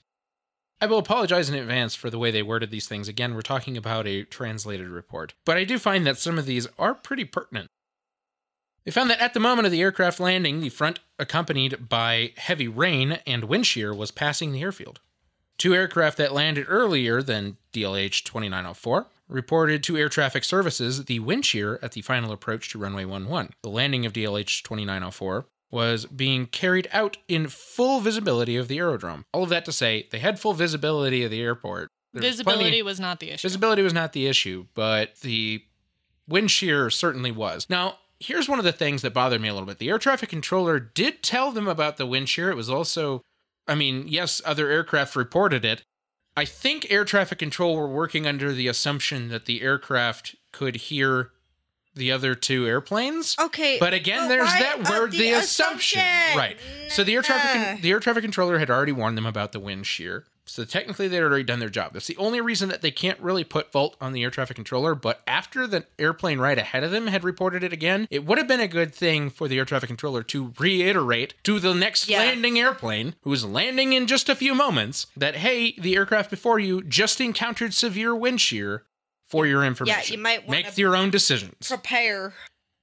S2: I will apologize in advance for the way they worded these things. Again, we're talking about a translated report, but I do find that some of these are pretty pertinent. They found that at the moment of the aircraft landing, the front, accompanied by heavy rain and wind shear, was passing the airfield. Two aircraft that landed earlier than DLH 2904 reported to Air Traffic Services the wind shear at the final approach to runway 11. The landing of DLH 2904 was being carried out in full visibility of the aerodrome. All of that to say, they had full visibility of the airport. There was plenty-
S4: Visibility was not the issue.
S2: Visibility was not the issue, but the wind shear certainly was. Now, here's one of the things that bothered me a little bit. The air traffic controller did tell them about the wind shear. It was also, I mean, yes, other aircraft reported it. I think air traffic control were working under the assumption that the aircraft could hear the other two airplanes.
S1: Okay.
S2: But again,
S1: but
S2: there's
S1: why
S2: that
S1: of
S2: word, the, assumption. Right. So the air traffic
S1: Nah.
S2: con- the air traffic controller had already warned them about the wind shear. So technically, they had already done their job. That's the only reason that they can't really put fault on the air traffic controller. But after the airplane right ahead of them had reported it again, it would have been a good thing for the air traffic controller to reiterate to the next
S1: Yeah.
S2: landing airplane, who's landing in just a few moments, that hey, the aircraft before you just encountered severe wind shear. For your information,
S1: you might wanna
S2: make your own decisions
S1: Prepare.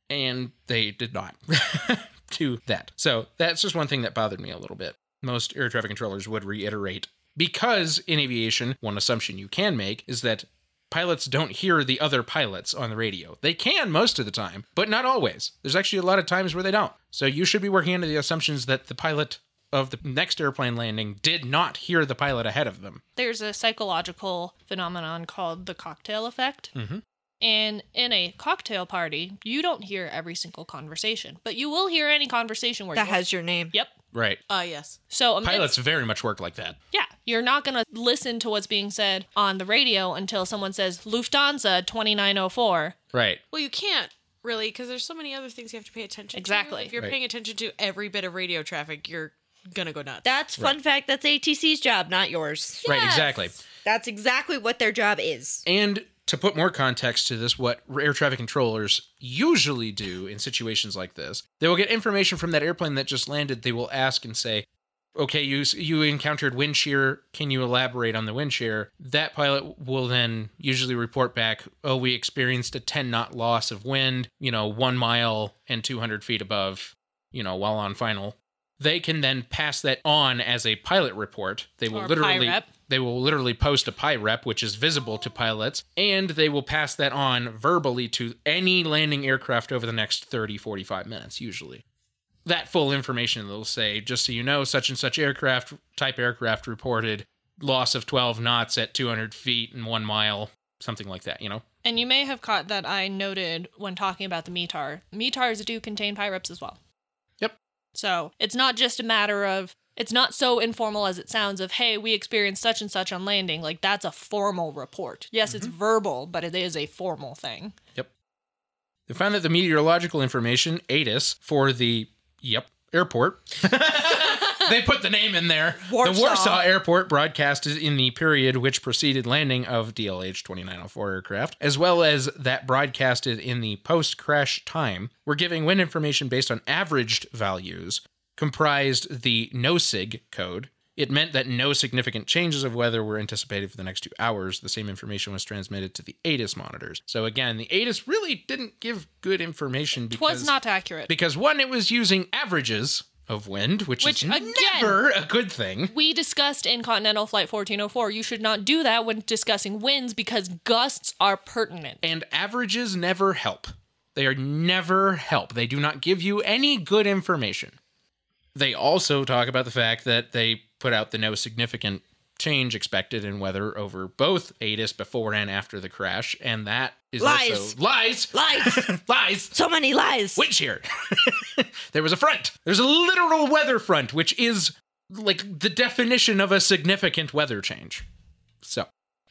S2: and they did not *laughs* do that. So that's just one thing that bothered me a little bit. Most air traffic controllers would reiterate because in aviation, one assumption you can make is that pilots don't hear the other pilots on the radio. They can most of the time, but not always. There's actually a lot of times where they don't. So you should be working under the assumptions that the pilot of the next airplane landing did not hear the pilot ahead of them.
S4: There's a psychological phenomenon called the cocktail effect.
S2: Mm-hmm.
S4: And in a cocktail party, you don't hear every single conversation, but you will hear any conversation where
S1: That
S4: you
S1: has your name.
S4: Yep.
S2: Right.
S3: Uh yes.
S4: So amidst-
S2: Pilots very much work like that.
S4: Yeah, you're not going to listen to what's being said on the radio until someone says Lufthansa 2904.
S2: Right.
S3: Well, you can't really because there's so many other things you have to pay attention to.
S4: Exactly.
S3: If you're
S2: Right.
S3: paying attention to every bit of radio traffic, you're gonna go nuts.
S1: That's fun fact. That's ATC's job, not yours.
S2: Right, exactly.
S1: That's exactly what their job is.
S2: And to put more context to this, what air traffic controllers usually do in situations like this, they will get information from that airplane that just landed. They will ask and say, "Okay, you you encountered wind shear. Can you elaborate on the wind shear?" That pilot will then usually report back, "Oh, we experienced a 10 knot loss of wind. You know, one mile and 200 feet above. You know, while on final." They can then pass that on as a pilot report. They will
S4: Or a pi
S2: literally
S4: rep.
S2: they will literally post a pi rep, which is visible to pilots, and they will pass that on verbally to any landing aircraft over the next 30, 45 minutes, usually. That full information they'll say, just so you know, such and such aircraft, type aircraft reported loss of 12 knots at 200 feet and one mile, something like that, you know?
S4: And you may have caught that I noted when talking about the METAR. METARs do contain pyreps as well.
S2: Yep.
S4: So it's not just a matter of, it's not so informal as it sounds of, hey, we experienced such and such on landing. Like, that's a formal report. Yes,
S2: Mm-hmm.
S4: it's verbal, but it is a formal thing.
S2: Yep. They found that the meteorological information, ATIS, for the, yep, airport *laughs* they put the name in there.
S1: Warsaw.
S2: The Warsaw Uh, Airport broadcast is in the period which preceded landing of DLH 2904 aircraft, as well as that broadcasted in the post crash time. We're giving wind information based on averaged values, comprised the NOSIG code. It meant that no significant changes of weather were anticipated for the next two hours. The same information was transmitted to the ATIS monitors. So again, the ATIS really didn't give good information because
S4: was not accurate.
S2: because one, it was using averages of wind, which,
S4: Which,
S2: is
S4: again-
S2: never a good thing.
S4: we discussed in Continental Flight 1404, you should not do that when discussing winds because gusts are pertinent.
S2: And averages never help. They are never help. They do not give you any good information. They also talk about the fact that they put out the no significant change expected in weather over both ATIS before and after the crash, and that is
S1: Lies.
S2: also lies,
S1: Lies.
S2: *laughs* lies.
S1: so many lies.
S2: Winch here. *laughs* there was a front. There's a literal weather front, which is like the definition of a significant weather change. So,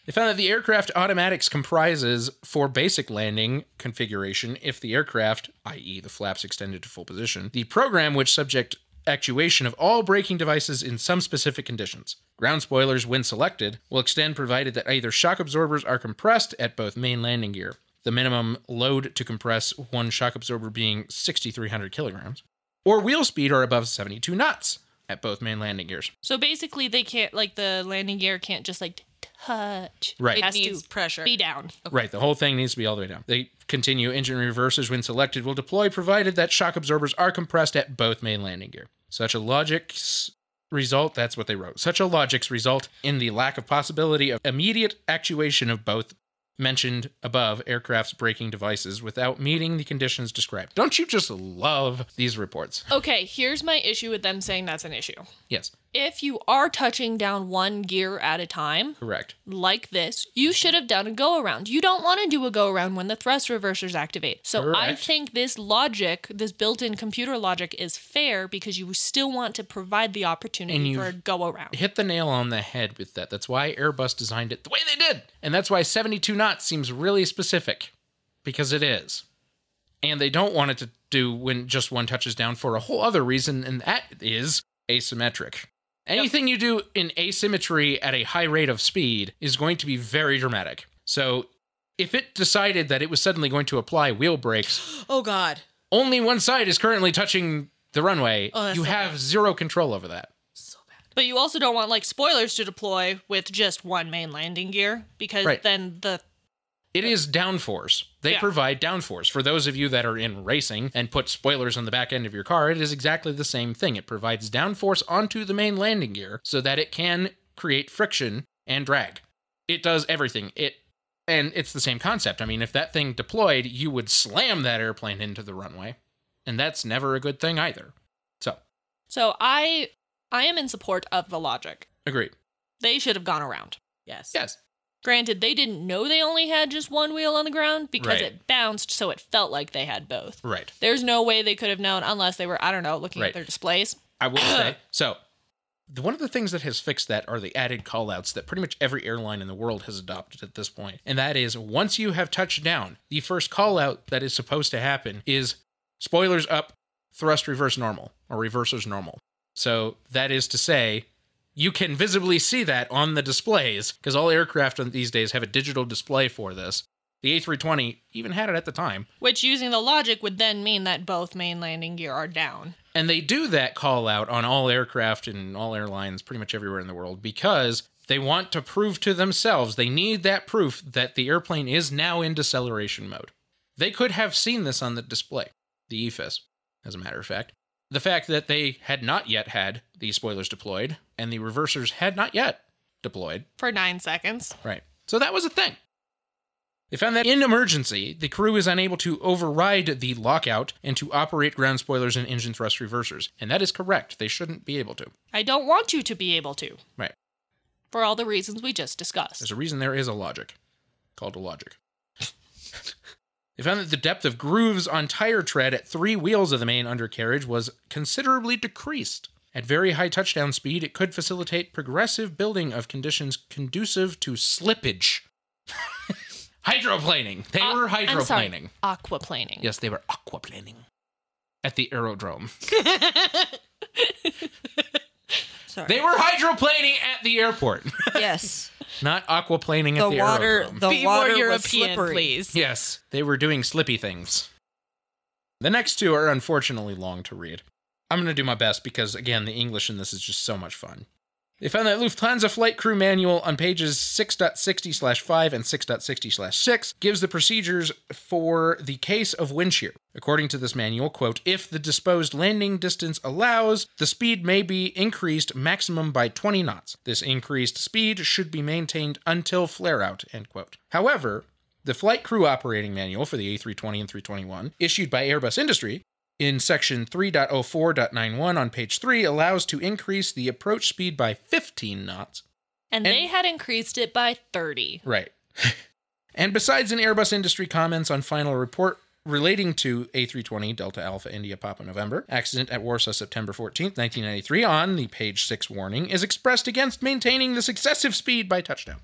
S2: they found that the aircraft automatics comprises for basic landing configuration if the aircraft, i.e., the flaps extended to full position, the program which subject actuation of all braking devices in some specific conditions. Ground spoilers, when selected, will extend provided that either shock absorbers are compressed at both main landing gear. The minimum load to compress one shock absorber being 6,300 kilograms, or wheel speed are above 72 knots at both main landing gears.
S4: So basically, they can't, like, the landing gear can't just, like, touch.
S2: Right.
S4: It has
S3: needs
S4: to
S3: pressure.
S4: be down.
S2: Right, the whole thing needs to be all the way down. They continue engine reversers when selected will deploy provided that shock absorbers are compressed at both main landing gear. Such a logic's result, that's what they wrote. Such a logic's result in the lack of possibility of immediate actuation of both mentioned above aircraft's braking devices without meeting the conditions described. Don't you just love these reports?
S4: Okay, here's my issue with them saying that's an issue.
S2: Yes,
S4: If you are touching down one gear at a time,
S2: correct.
S4: like this, you should have done a go around. You don't want to do a go around when the thrust reversers activate. So I
S2: Correct.
S4: think this logic, this built in computer logic, is fair because you still want to provide the
S2: And
S4: opportunity
S2: you've
S4: for a go around.
S2: hit the nail on the head with that. That's why Airbus designed it the way they did. And that's why 72 knots seems really specific because it is. And they don't want it to do when just one touches down for a whole other reason, and that is asymmetric. Anything you do in asymmetry at a high rate of speed is going to be very dramatic. So if it decided that it was suddenly going to apply wheel brakes,
S3: Oh God.
S2: only one side is currently touching the runway,
S3: Oh, that's
S2: you
S3: so
S2: have zero control over that.
S4: But you also don't want like spoilers to deploy with just one main landing gear because
S2: Right.
S4: then the
S2: It is downforce. They
S4: Yeah.
S2: provide downforce. For those of you that are in racing and put spoilers on the back end of your car, it is exactly the same thing. It provides downforce onto the main landing gear so that it can create friction and drag. It does everything. It and it's the same concept. I mean, if that thing deployed, you would slam that airplane into the runway, and that's never a good thing either. So,
S4: so I I am in support of the logic.
S2: agreed.
S4: They should have gone around.
S3: Yes.
S2: Yes.
S4: Granted, they didn't know they only had just one wheel on the ground because
S2: Right.
S4: it bounced, so it felt like they had both.
S2: Right.
S4: There's no way they could have known unless they were, I don't know, looking
S2: Right.
S4: at their displays.
S2: I will say so. The, one of the things that has fixed that are the added callouts that pretty much every airline in the world has adopted at this point, and that is once you have touched down, the first callout that is supposed to happen is spoilers up, thrust reverse normal or reversers normal. So that is to say, you can visibly see that on the displays because all aircraft on these days have a digital display for this. The A320 even had it at the time.
S4: Which, using the logic, would then mean that both main landing gear are down.
S2: And they do that call out on all aircraft and all airlines pretty much everywhere in the world because they want to prove to themselves, they need that proof that the airplane is now in deceleration mode. They could have seen this on the display, the E EFIS, as a matter of fact. The fact that they had not yet had the spoilers deployed and the reversers had not yet deployed
S4: For nine seconds.
S2: Right. So that was a thing. They found that in emergency, the crew is unable to override the lockout and to operate ground spoilers and engine thrust reversers. And that is correct. They shouldn't be able to.
S4: I don't want you to be able to,
S2: Right.
S4: for all the reasons we just discussed.
S2: There's a reason there is a logic called a logic. *laughs* they found that the depth of grooves on tire tread at three wheels of the main undercarriage was considerably decreased. At very high touchdown speed, it could facilitate progressive building of conditions conducive to slippage. *laughs* hydroplaning. They
S4: Uh,
S2: were
S4: I'm sorry,
S2: hydroplaning.
S4: Aquaplaning.
S2: Yes, they were aquaplaning at the aerodrome.
S1: Sorry.
S2: They were hydroplaning at the airport, *laughs*
S1: yes.
S2: not aquaplaning
S1: The
S2: at the,
S1: water.
S2: aerodrome.
S1: The
S3: Be
S1: water
S3: more
S1: was
S3: European,
S1: slippery.
S2: *laughs*
S3: please.
S2: Yes, they were doing slippy things. The next two are unfortunately long to read. I'm going to do my best because, again, the English in this is just so much fun. They found that Lufthansa flight crew manual on pages 6.60/5 and 6.60/6 gives the procedures for the case of wind shear. According to this manual, quote, if the disposed landing distance allows, the speed may be increased maximum by 20 knots. This increased speed should be maintained until flare out, end quote. However, the flight crew operating manual for the A320 and 321, issued by Airbus Industry, in section 3.04.91 on page 3 allows to increase the approach speed by 15 knots.
S4: And, they had increased it by 30.
S2: Right. *laughs* and besides an Airbus industry comments on final report relating to A320 Delta Alpha India Papa November accident at Warsaw September 14th, 1993 on the page 6 warning is expressed against maintaining this excessive speed by touchdown.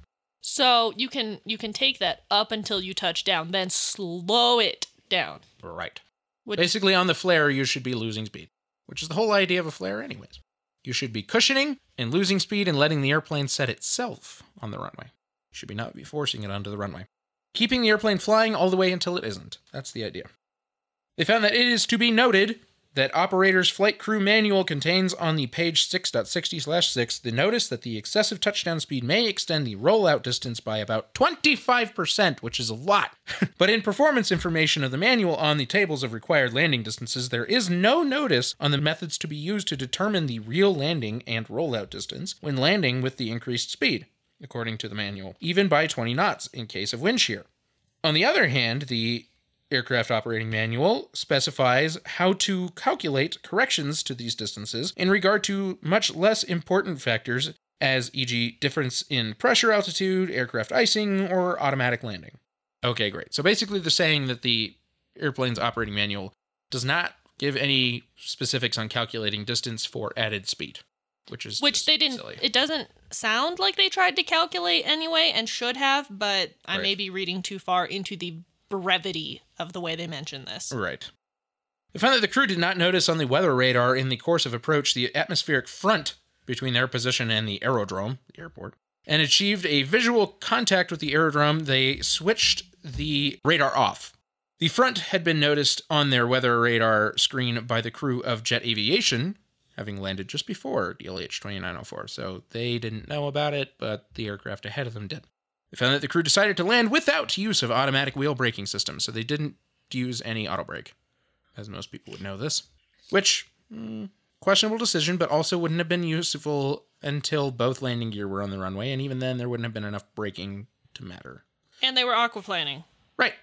S4: So you can you can take that up until you touch down, then slow it down.
S2: Right.
S4: Which,
S2: Basically, on the flare, you should be losing speed, which is the whole idea of a flare, anyways. You should be cushioning and losing speed and letting the airplane set itself on the runway. You should be not be forcing it onto the runway. Keeping the airplane flying all the way until it isn't. That's the idea. They found that it is to be noted that operator's flight crew manual contains on the page 6.60/6 the notice that the excessive touchdown speed may extend the rollout distance by about 25%, which is a lot. *laughs* but in performance information of the manual on the tables of required landing distances, there is no notice on the methods to be used to determine the real landing and rollout distance when landing with the increased speed, according to the manual, even by 20 knots in case of wind shear. On the other hand, the aircraft operating manual specifies how to calculate corrections to these distances in regard to much less important factors as e.g. difference in pressure altitude, aircraft icing, or automatic landing. Okay, great. So basically they're saying that the airplane's operating manual does not give any specifics on calculating distance for added speed, which is
S4: which
S2: just
S4: they didn't.
S2: silly.
S4: It doesn't sound like they tried to calculate anyway, and should have. But I may
S2: Right.
S4: be reading too far into the brevity of the way they mention this.
S2: Right. They found that the crew did not notice on the weather radar in the course of approach the atmospheric front between their position and the aerodrome, the airport, and achieved a visual contact with the aerodrome. They switched the radar off. The front had been noticed on their weather radar screen by the crew of Jet Aviation, having landed just before DLH 2904, so they didn't know about it, but the aircraft ahead of them did. They found that the crew decided to land without use of automatic wheel braking system, so they didn't use any auto brake, as most people would know this. Which, mm, questionable decision, but also wouldn't have been useful until both landing gear were on the runway, and even then, there wouldn't have been enough braking to matter.
S4: And they were aquaplaning.
S2: Right.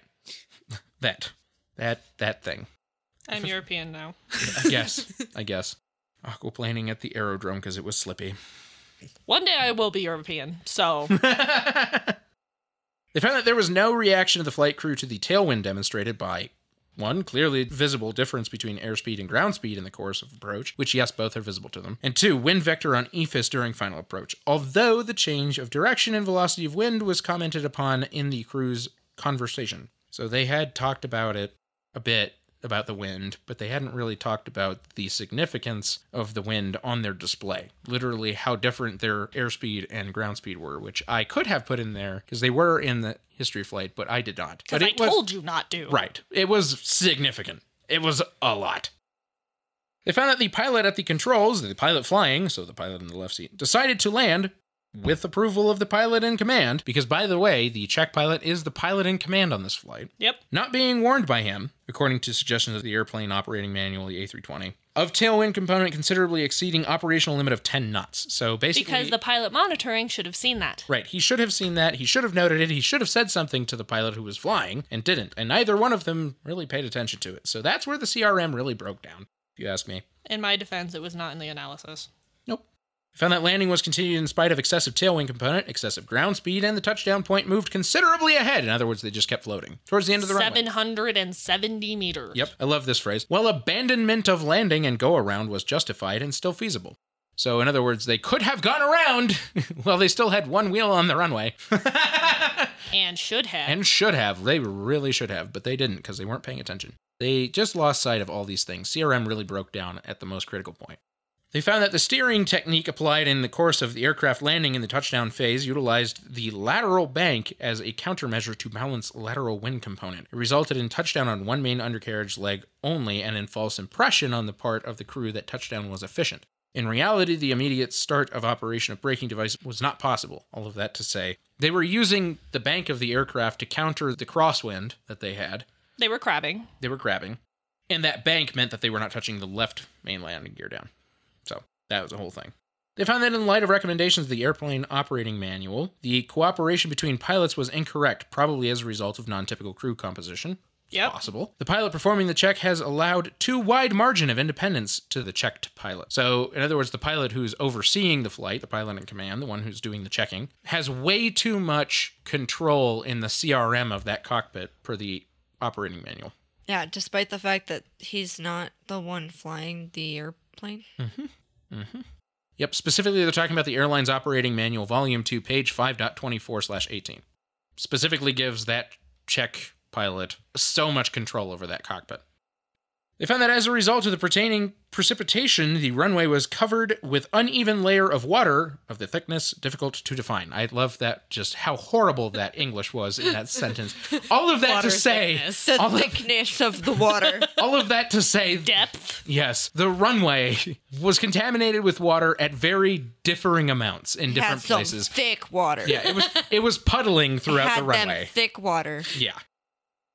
S2: *laughs* that. That that thing. *laughs*
S4: I'm European now.
S2: I guess. I guess. Aquaplaning at the aerodrome because it was slippy. *laughs*
S4: One day I will be European. So
S2: they found that there was no reaction of the flight crew to the tailwind demonstrated by one, clearly visible difference between airspeed and ground speed in the course of approach, which, yes, both are visible to them, and two, wind vector on EFIS during final approach, although the change of direction and velocity of wind was commented upon in the crew's conversation. So they had talked about it a bit about the wind, but they hadn't really talked about the significance of the wind on their display. Literally, how different their airspeed and ground speed were, which I could have put in there because they were in the history flight, but I did not.
S4: because
S2: But
S4: I
S2: it was-
S4: told you not to.
S2: Right. It was significant. It was a lot. They found that the pilot at the controls, the pilot flying, so the pilot in the left seat, decided to land with approval of the pilot in command, because by the way, the Czech pilot is the pilot in command on this flight
S4: Yep.
S2: not being warned by him, according to suggestions of the airplane operating manual, the A320, of tailwind component considerably exceeding operational limit of 10 knots. So basically,
S4: Because the pilot monitoring should have seen that.
S2: right, he should have seen that. He should have noted it. He should have said something to the pilot who was flying and didn't. And neither one of them really paid attention to it. So that's where the CRM really broke down, if you ask me.
S4: In my defense, it was not in the analysis.
S2: Nope. Found that landing was continued in spite of excessive tailwind component, excessive ground speed, and the touchdown point moved considerably ahead. In other words, they just kept floating towards the end of the runway.
S4: 770 meters.
S2: Yep, I love this phrase. Well, abandonment of landing and go around was justified and still feasible. So, in other words, they could have gone around *laughs* while they still had one wheel on the runway. *laughs*
S4: And should have.
S2: and should have. They really should have, but they didn't because they weren't paying attention. They just lost sight of all these things. CRM really broke down at the most critical point. They found that the steering technique applied in the course of the aircraft landing in the touchdown phase utilized the lateral bank as a countermeasure to balance lateral wind component. It resulted in touchdown on one main undercarriage leg only and in false impression on the part of the crew that touchdown was efficient. In reality, the immediate start of operation of braking device was not possible. All of that to say, they were using the bank of the aircraft to counter the crosswind that they had.
S4: They were crabbing.
S2: They were grabbing. And that bank meant that they were not touching the left main landing gear down. So that was the whole thing. They found that in light of recommendations of the airplane operating manual, the cooperation between pilots was incorrect, probably as a result of non typical crew composition. It's
S4: Yep.
S2: Possible. The pilot performing the check has allowed too wide margin of independence to the checked pilot. So, in other words, the pilot who's overseeing the flight, the pilot in command, the one who's doing the checking, has way too much control in the CRM of that cockpit per the operating manual.
S1: Yeah, despite the fact that he's not the one flying the airplane.
S2: Yep, specifically they're talking about the airline's operating manual, volume 2, page 5.24 slash 18. Specifically gives that Czech pilot so much control over that cockpit. They found that as a result of the pertaining precipitation, the runway was covered with uneven layer of water of the thickness difficult to define. I love that just how horrible that English was in
S4: *laughs*
S2: that sentence. All of that
S4: Water
S2: to say,
S4: thickness. *laughs*
S1: The
S2: *laughs* all of,
S1: thickness of the water.
S2: all of that to say,
S4: Depth.
S2: Yes, the runway *laughs* was contaminated with water at very differing amounts in
S1: had
S2: *laughs* different
S1: some
S2: places.
S1: thick water.
S2: yeah, it was it
S1: *laughs*
S2: was puddling throughout
S1: had
S2: the runway.
S1: Them thick water.
S2: yeah.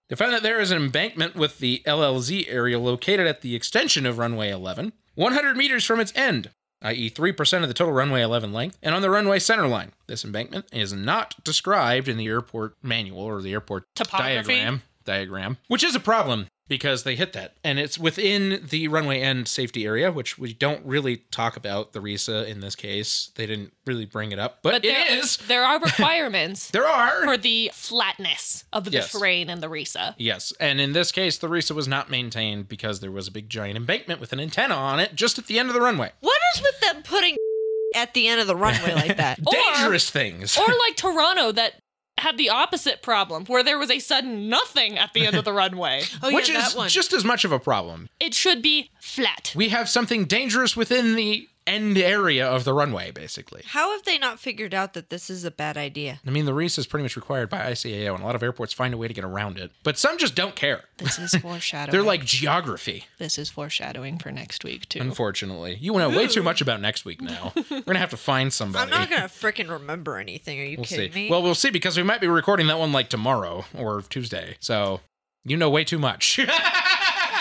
S2: They found that there is an embankment with the LLZ area located at the extension of runway 11, 100 meters from its end, i.e., 3% of the total runway 11 length, and on the runway center line. This embankment is not described in the airport manual or the airport
S4: Topography?
S2: diagram, diagram, which is a problem because they hit that. And it's within the runway end safety area, which we don't really talk about the RISA in this case. They didn't really bring it up, but,
S4: But
S2: it
S4: there,
S2: is.
S4: there
S3: *laughs*
S4: are requirements
S2: There are.
S4: for the flatness of the
S2: Yes.
S4: terrain and the Risa.
S2: Yes, and in this case, the Risa was not maintained because there was a big giant embankment with an antenna on it just at the end of the runway.
S1: What is with them putting *laughs* at the end of the runway like *laughs* that?
S4: Or-
S2: Dangerous things.
S4: Or like Toronto that had the opposite problem where there was a sudden nothing at the end of
S3: *laughs*
S4: the runway.
S3: Oh,
S2: which
S3: yeah,
S2: is
S3: that one.
S2: just as much of a problem.
S4: It should be flat.
S2: We have something dangerous within the end area of the runway, basically.
S1: How have they not figured out that this is a bad idea?
S2: I mean, the Risa is pretty much required by ICAO, and a lot of airports find a way to get around it. But some just don't care.
S3: *laughs*
S4: This is foreshadowing.
S2: They're like geography,
S4: this is foreshadowing for next week too.
S2: unfortunately. You know way too much about next week now. We're going to have to find
S1: I'm
S2: somebody.
S1: not gonna freaking remember anything. Are you
S2: We'll see.
S1: kidding me?
S2: Well, we'll see because we might be recording that one like tomorrow or Tuesday. So you know way too much. *laughs*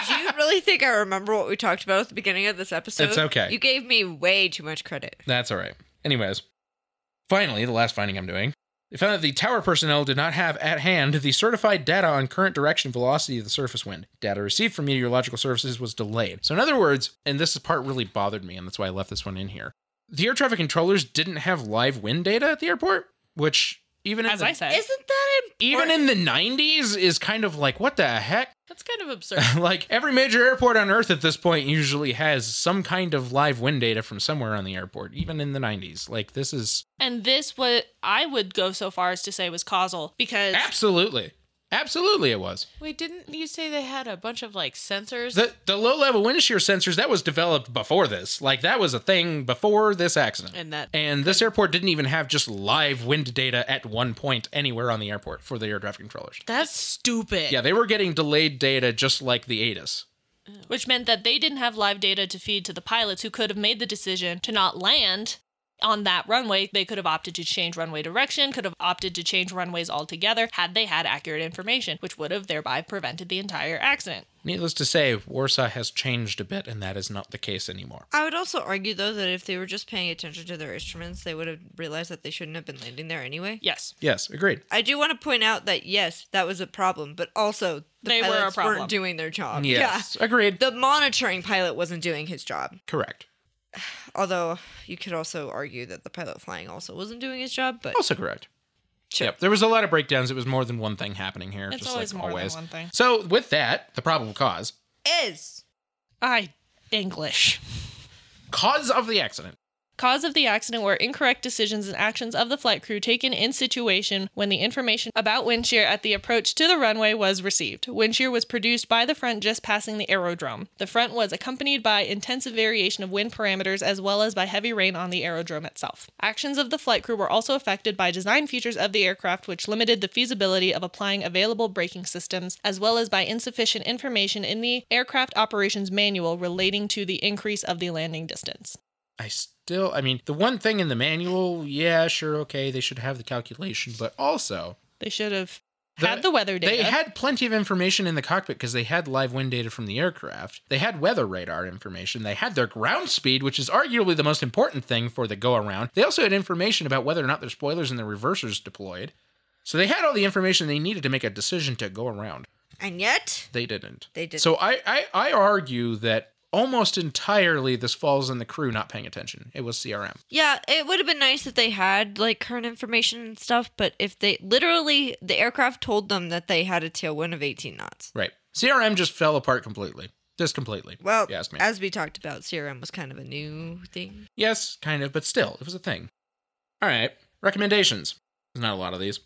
S1: do you really think I remember what we talked about at the beginning of this episode?
S2: It's okay.
S1: You gave me way too much credit.
S2: That's all right. Anyways, finally, the last finding I'm doing. They found that the tower personnel did not have at hand the certified data on current direction velocity of the surface wind. Data received from meteorological services was delayed. So, in other words, and this part really bothered me, and that's why I left this one in here. The air traffic controllers didn't have live wind data at the airport, which even in
S4: As
S2: the-
S4: I said,
S1: Isn't that important?
S2: even in the 90s is kind of like what the heck
S3: That's kind of absurd.
S2: *laughs* like every major airport on earth at this point usually has some kind of live wind data from somewhere on the airport even in the 90s like this is
S4: and this was I would go so far as to say was causal because
S2: absolutely absolutely it was
S3: Wait, didn't you say they had a bunch of like sensors?
S2: the, the low level wind shear sensors that was developed before this like that was a thing before this accident
S3: And that-
S2: and this airport didn't even have just live wind data at one point anywhere on the airport for the air traffic controllers
S3: That's stupid.
S2: yeah they were getting delayed data just like the ATIS.
S4: which meant that they didn't have live data to feed to the pilots who could have made the decision to not land on that runway. They could have opted to change runway direction, could have opted to change runways altogether had they had accurate information, which would have thereby prevented the entire accident.
S2: Needless to say, Warsaw has changed a bit, and that is not the case anymore.
S1: I would also argue, though, that if they were just paying attention to their instruments, they would have realized that they shouldn't have been landing there anyway.
S4: Yes.
S2: Yes, agreed.
S1: I do want to point out that yes, that was a problem, but also the
S4: They were a
S1: pilots
S4: problem.
S1: not doing their job.
S2: Yes, agreed.
S1: Yeah. The monitoring pilot wasn't doing his job.
S2: Correct.
S1: Although you could also argue that the pilot flying also wasn't doing his job, but
S2: Also correct.
S1: Sure.
S2: Yep, there was a lot of breakdowns. It was more than one thing happening here.
S4: It's
S2: just
S4: always
S2: like
S4: more than
S2: always.
S4: one thing.
S2: So with that, the probable cause,
S1: is
S4: I English.
S2: cause of the accident.
S4: Cause of the accident were incorrect decisions and actions of the flight crew taken in situation when the information about wind shear at the approach to the runway was received. Wind shear was produced by the front just passing the aerodrome. The front was accompanied by intensive variation of wind parameters as well as by heavy rain on the aerodrome itself. Actions of the flight crew were also affected by design features of the aircraft which limited the feasibility of applying available braking systems as well as by insufficient information in the aircraft operations manual relating to the increase of the landing distance.
S2: I still, I mean, the one thing in the manual, yeah, sure, okay, they should have the calculation, but also
S4: They should have had the weather data.
S2: They had plenty of information in the cockpit because they had live wind data from the aircraft. They had weather radar information. They had their ground speed, which is arguably the most important thing for the go around. They also had information about whether or not their spoilers and their reversers deployed. So they had all the information they needed to make a decision to go around.
S1: And yet,
S2: They didn't.
S1: They didn't.
S2: So I, I, I argue that almost entirely this falls on the crew not paying attention. It was CRM.
S1: yeah, it would have been nice if they had like current information and stuff, but if they literally the aircraft told them that they had a tailwind of 18 knots.
S2: Right. CRM just fell apart completely. Just completely.
S1: Well,
S2: you ask me.
S1: as we talked about, CRM was kind of a new thing.
S2: Yes, kind of, but still, it was a thing. All right, recommendations. There's not a lot of these.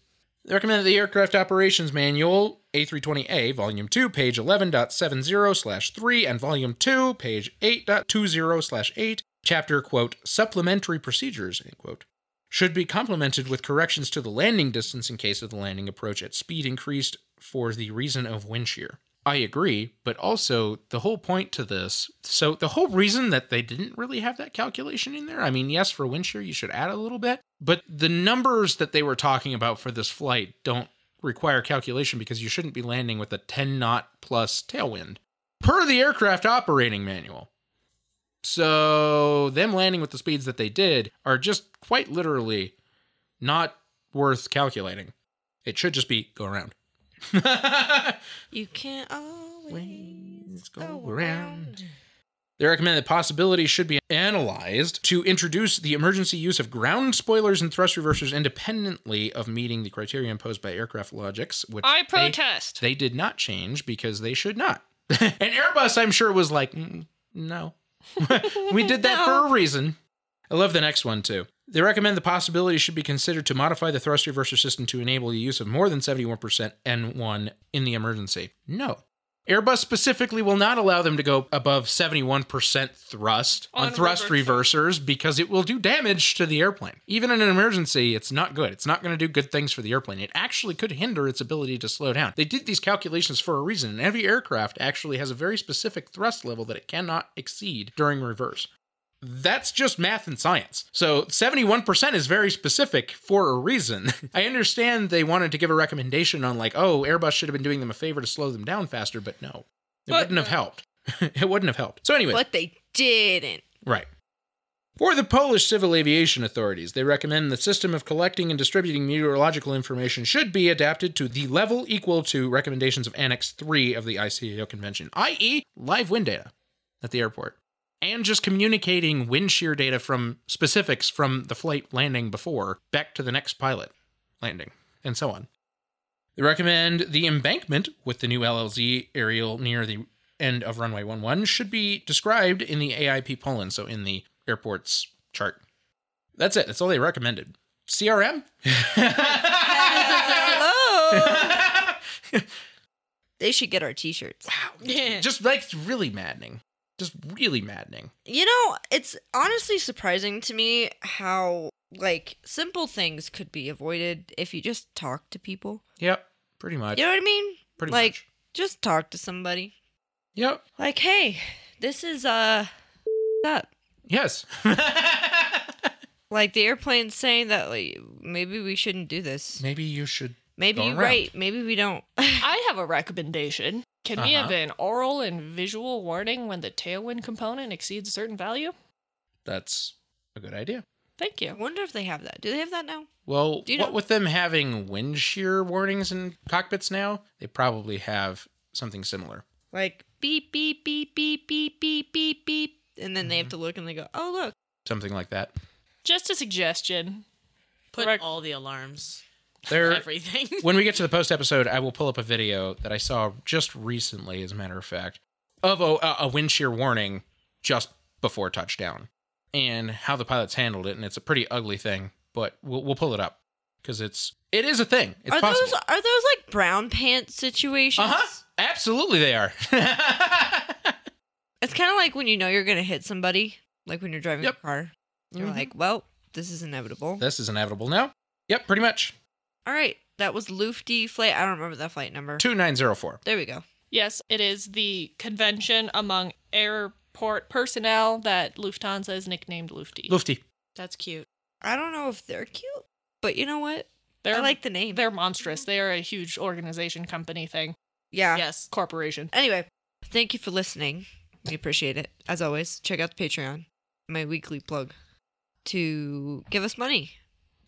S2: They recommend the Aircraft Operations Manual, A320A, Volume 2, page 11.70 slash 3, and Volume 2, page 8.20 slash 8, chapter, quote, Supplementary Procedures, end quote, should be complemented with corrections to the landing distance in case of the landing approach at speed increased for the reason of wind shear. I agree, but also the whole point to this. So, the whole reason that they didn't really have that calculation in there, I mean, yes, for wind shear, you should add a little bit, but the numbers that they were talking about for this flight don't require calculation because you shouldn't be landing with a 10 knot plus tailwind per the aircraft operating manual. So, them landing with the speeds that they did are just quite literally not worth calculating. It should just be go around. *laughs*
S1: You can't always go
S2: around. They recommend that possibilities should be analyzed to introduce the emergency use of ground spoilers and thrust reversers independently of meeting the criteria imposed by aircraft logics, which
S4: I
S2: they-
S4: protest.
S2: They, did not change because they should not. *laughs* and Airbus, I'm sure, was like, "Mm, no. *laughs* we did that for a reason. I love the next one too. They recommend the possibility should be considered to modify the thrust reverser system to enable the use of more than 71% N1 in the emergency. No. Airbus specifically will not allow them to go above 71% thrust on,
S4: On
S2: thrust reversers because it will do damage to the airplane. Even in an emergency, it's not good. It's not going to do good things for the airplane. It actually could hinder its ability to slow down. They did these calculations for a reason, and every aircraft actually has a very specific thrust level that it cannot exceed during reverse that's just math and science. So 71% is very specific for a reason. *laughs* I understand they wanted to give a recommendation on, like, oh, Airbus should have been doing them a favor to slow them down faster, but no. It
S4: But-
S2: wouldn't have helped. *laughs* it wouldn't have helped. So, anyway.
S1: But they didn't.
S2: Right. For the Polish civil aviation authorities, they recommend the system of collecting and distributing meteorological information should be adapted to the level equal to recommendations of Annex 3 of the ICAO Convention, i.e., live wind data at the airport, and just communicating wind shear data from specifics from the flight landing before back to the next pilot landing, and so on. They recommend the embankment with the new LLZ aerial near the end of runway 11 should be described in the AIP Poland, so in the airport's chart. That's it. That's all they recommended. CRM? *laughs*
S1: Hello. they should get our t-shirts.
S2: *laughs*
S4: Yeah.
S2: Just like really maddening. Just really maddening.
S1: You know, it's honestly surprising to me how like simple things could be avoided if you just talk to people.
S2: Yep. Pretty much.
S1: You know what I mean?
S2: Pretty
S1: like
S2: much.
S1: just talk to somebody.
S2: Yep.
S1: Like, hey, this is uh up. *laughs*
S2: Yes.
S1: Like the airplane's saying that like maybe we shouldn't do this.
S2: Maybe you should.
S1: Maybe
S2: Go
S1: you're
S2: around.
S1: right. Maybe we don't.
S4: *laughs*
S1: *laughs*
S4: I have a recommendation. Can we
S2: Uh-huh.
S4: have an oral and visual warning when the tailwind component exceeds a certain value?
S2: That's a good idea.
S4: Thank
S1: I
S4: you.
S1: wonder if they have that. Do they have that now?
S2: Well,
S1: Do you
S2: what
S1: know-
S2: with them having wind shear warnings in cockpits now, they probably have something similar.
S1: Like beep beep beep beep beep beep beep beep, and then they
S2: Mm-hmm.
S1: have to look and they go, oh look,
S2: Something like that.
S4: Just a suggestion.
S3: Put
S4: Correct.
S3: all the alarms,
S2: There,
S3: everything.
S2: *laughs*
S3: *laughs*
S2: when we get to the post episode, I will pull up a video that I saw just recently, as a matter of fact, of a, a wind shear warning just before touchdown. and how the pilots handled it, and it's a pretty ugly thing. But we'll we'll pull it up because it's it is a thing. It's
S1: are
S2: possible.
S1: those are those like brown pants situations?
S2: uh huh. Absolutely, they are. *laughs*
S1: It's kind of like when you know you're gonna hit somebody, like when you're driving
S2: Yep.
S1: a car. You're
S2: Mhm.
S1: like, well, this is inevitable.
S2: this is inevitable now. Yep, pretty much.
S1: All right, that was Lufty flight. I don't remember that flight number.
S2: Two nine zero four.
S1: There we go.
S4: Yes, it is the convention among airport personnel that Lufthansa is nicknamed Lufty.
S2: Lufty. *laughs*
S3: That's cute.
S1: I don't know if they're cute, but you know what?
S4: They're
S1: I like the name.
S4: they're monstrous. They are a huge organization, company thing.
S1: Yeah.
S3: Yes.
S4: Corporation.
S1: Anyway, thank you for listening. We appreciate it. As always, check out the Patreon, my weekly plug, to give us money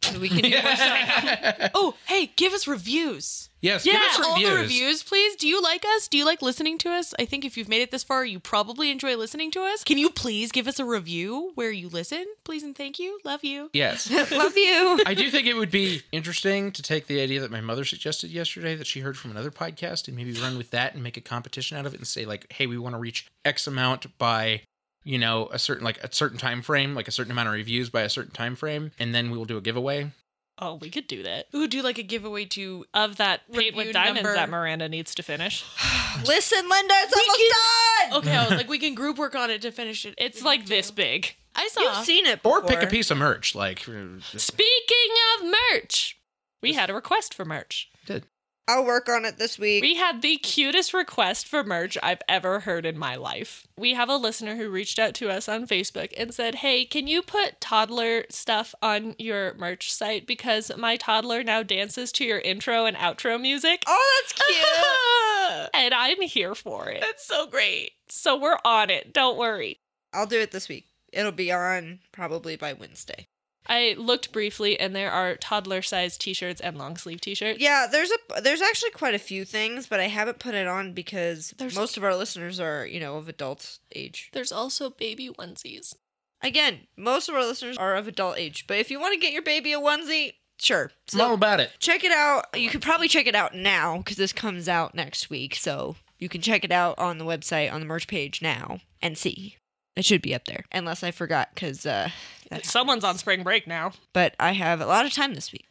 S1: so we can do
S2: *laughs*
S1: more stuff.
S3: Oh, hey, give us reviews.
S2: yes,
S4: Yeah,
S2: give us
S3: all
S2: reviews.
S3: the reviews, please. Do you like us? Do you like listening to us? I think if you've made it this far, you probably enjoy listening to us. Can you please give us a review where you listen? Please and thank you. Love you.
S2: Yes.
S1: Love you.
S2: I do think it would be interesting to take the idea that my mother suggested yesterday that she heard from another podcast and maybe run with that and make a competition out of it and say like, "Hey, we want to reach X amount by, you know, a certain like a certain time frame, like a certain amount of reviews by a certain time frame, and then we will do a giveaway."
S4: Oh, we could do that.
S3: Ooh, do like a giveaway to
S4: Of that paint
S3: Review
S4: with diamonds
S3: number-
S4: that Miranda needs to finish.
S1: Listen, Linda, it's almost done.
S3: Okay, I was
S4: *laughs*
S3: like, we can group work on it to finish it.
S4: It's like this big.
S3: I saw
S1: You've seen it
S2: Or
S1: before.
S2: pick a piece of merch, like
S4: Speaking of merch, we had a request for merch.
S1: I'll work on it this week.
S4: We had the cutest request for merch I've ever heard in my life. We have a listener who reached out to us on Facebook and said, Hey, can you put toddler stuff on your merch site? Because my toddler now dances to your intro and outro music.
S1: oh, *laughs* that's cute.
S4: *laughs* And I'm here for it.
S3: That's so great.
S4: So we're on it. Don't worry.
S1: I'll do it this week. It'll be on probably by Wednesday.
S4: I looked briefly and there are toddler sized t shirts and long sleeve t shirts.
S1: Yeah, there's a there's actually quite a few things, but I haven't put it on because
S4: There's-
S1: most of our listeners are, you know, of adult age.
S4: There's also baby onesies.
S1: Again, most of our listeners are of adult age, but if you want to get your baby a onesie, sure.
S2: I'm all
S1: So
S2: about it.
S1: check it out. You could probably check it out now because this comes out next week. So you can check it out on the website on the merch page now and see. It should be up there, unless I forgot because uh, that
S4: *laughs* Someone's on
S1: happens.
S4: spring break now.
S1: But I have a lot of time this week.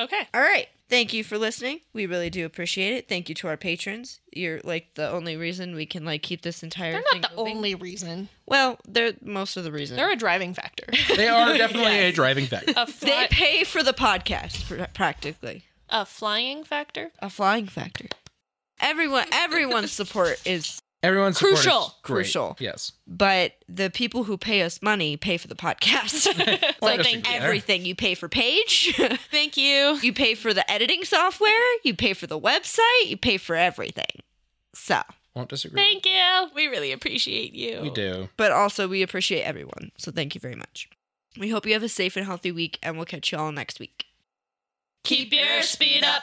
S4: Okay.
S1: All right. Thank you for listening. We really do appreciate it. Thank you to our patrons. You're like the only reason we can like keep this entire.
S4: They're
S1: thing
S4: not the
S1: moving.
S4: only reason.
S1: Well, they're most of the reason.
S4: They're a driving *laughs* factor.
S2: They are definitely a driving factor.
S4: A,
S1: they
S4: fly-
S1: pay for the podcast pr- practically.
S4: a flying factor?
S1: a flying factor. Everyone,
S4: *laughs*
S1: everyone's support is,
S2: Everyone's support is
S4: Crucial.
S2: great.
S1: Crucial.
S2: Yes.
S1: but the people who pay us money pay for the
S4: *laughs*
S1: podcast.
S2: Let
S1: like
S2: us agree there.
S1: everything, you pay for page, *laughs*
S3: Thank you.
S1: you pay for the editing software, you pay for the website, you pay for everything. So,
S2: Won't disagree.
S4: Thank you.
S3: We really appreciate you.
S2: we do.
S1: but also we appreciate everyone. So thank you very much. We hope you have a safe and healthy week, and we'll catch you all next week.
S4: Keep your speed up.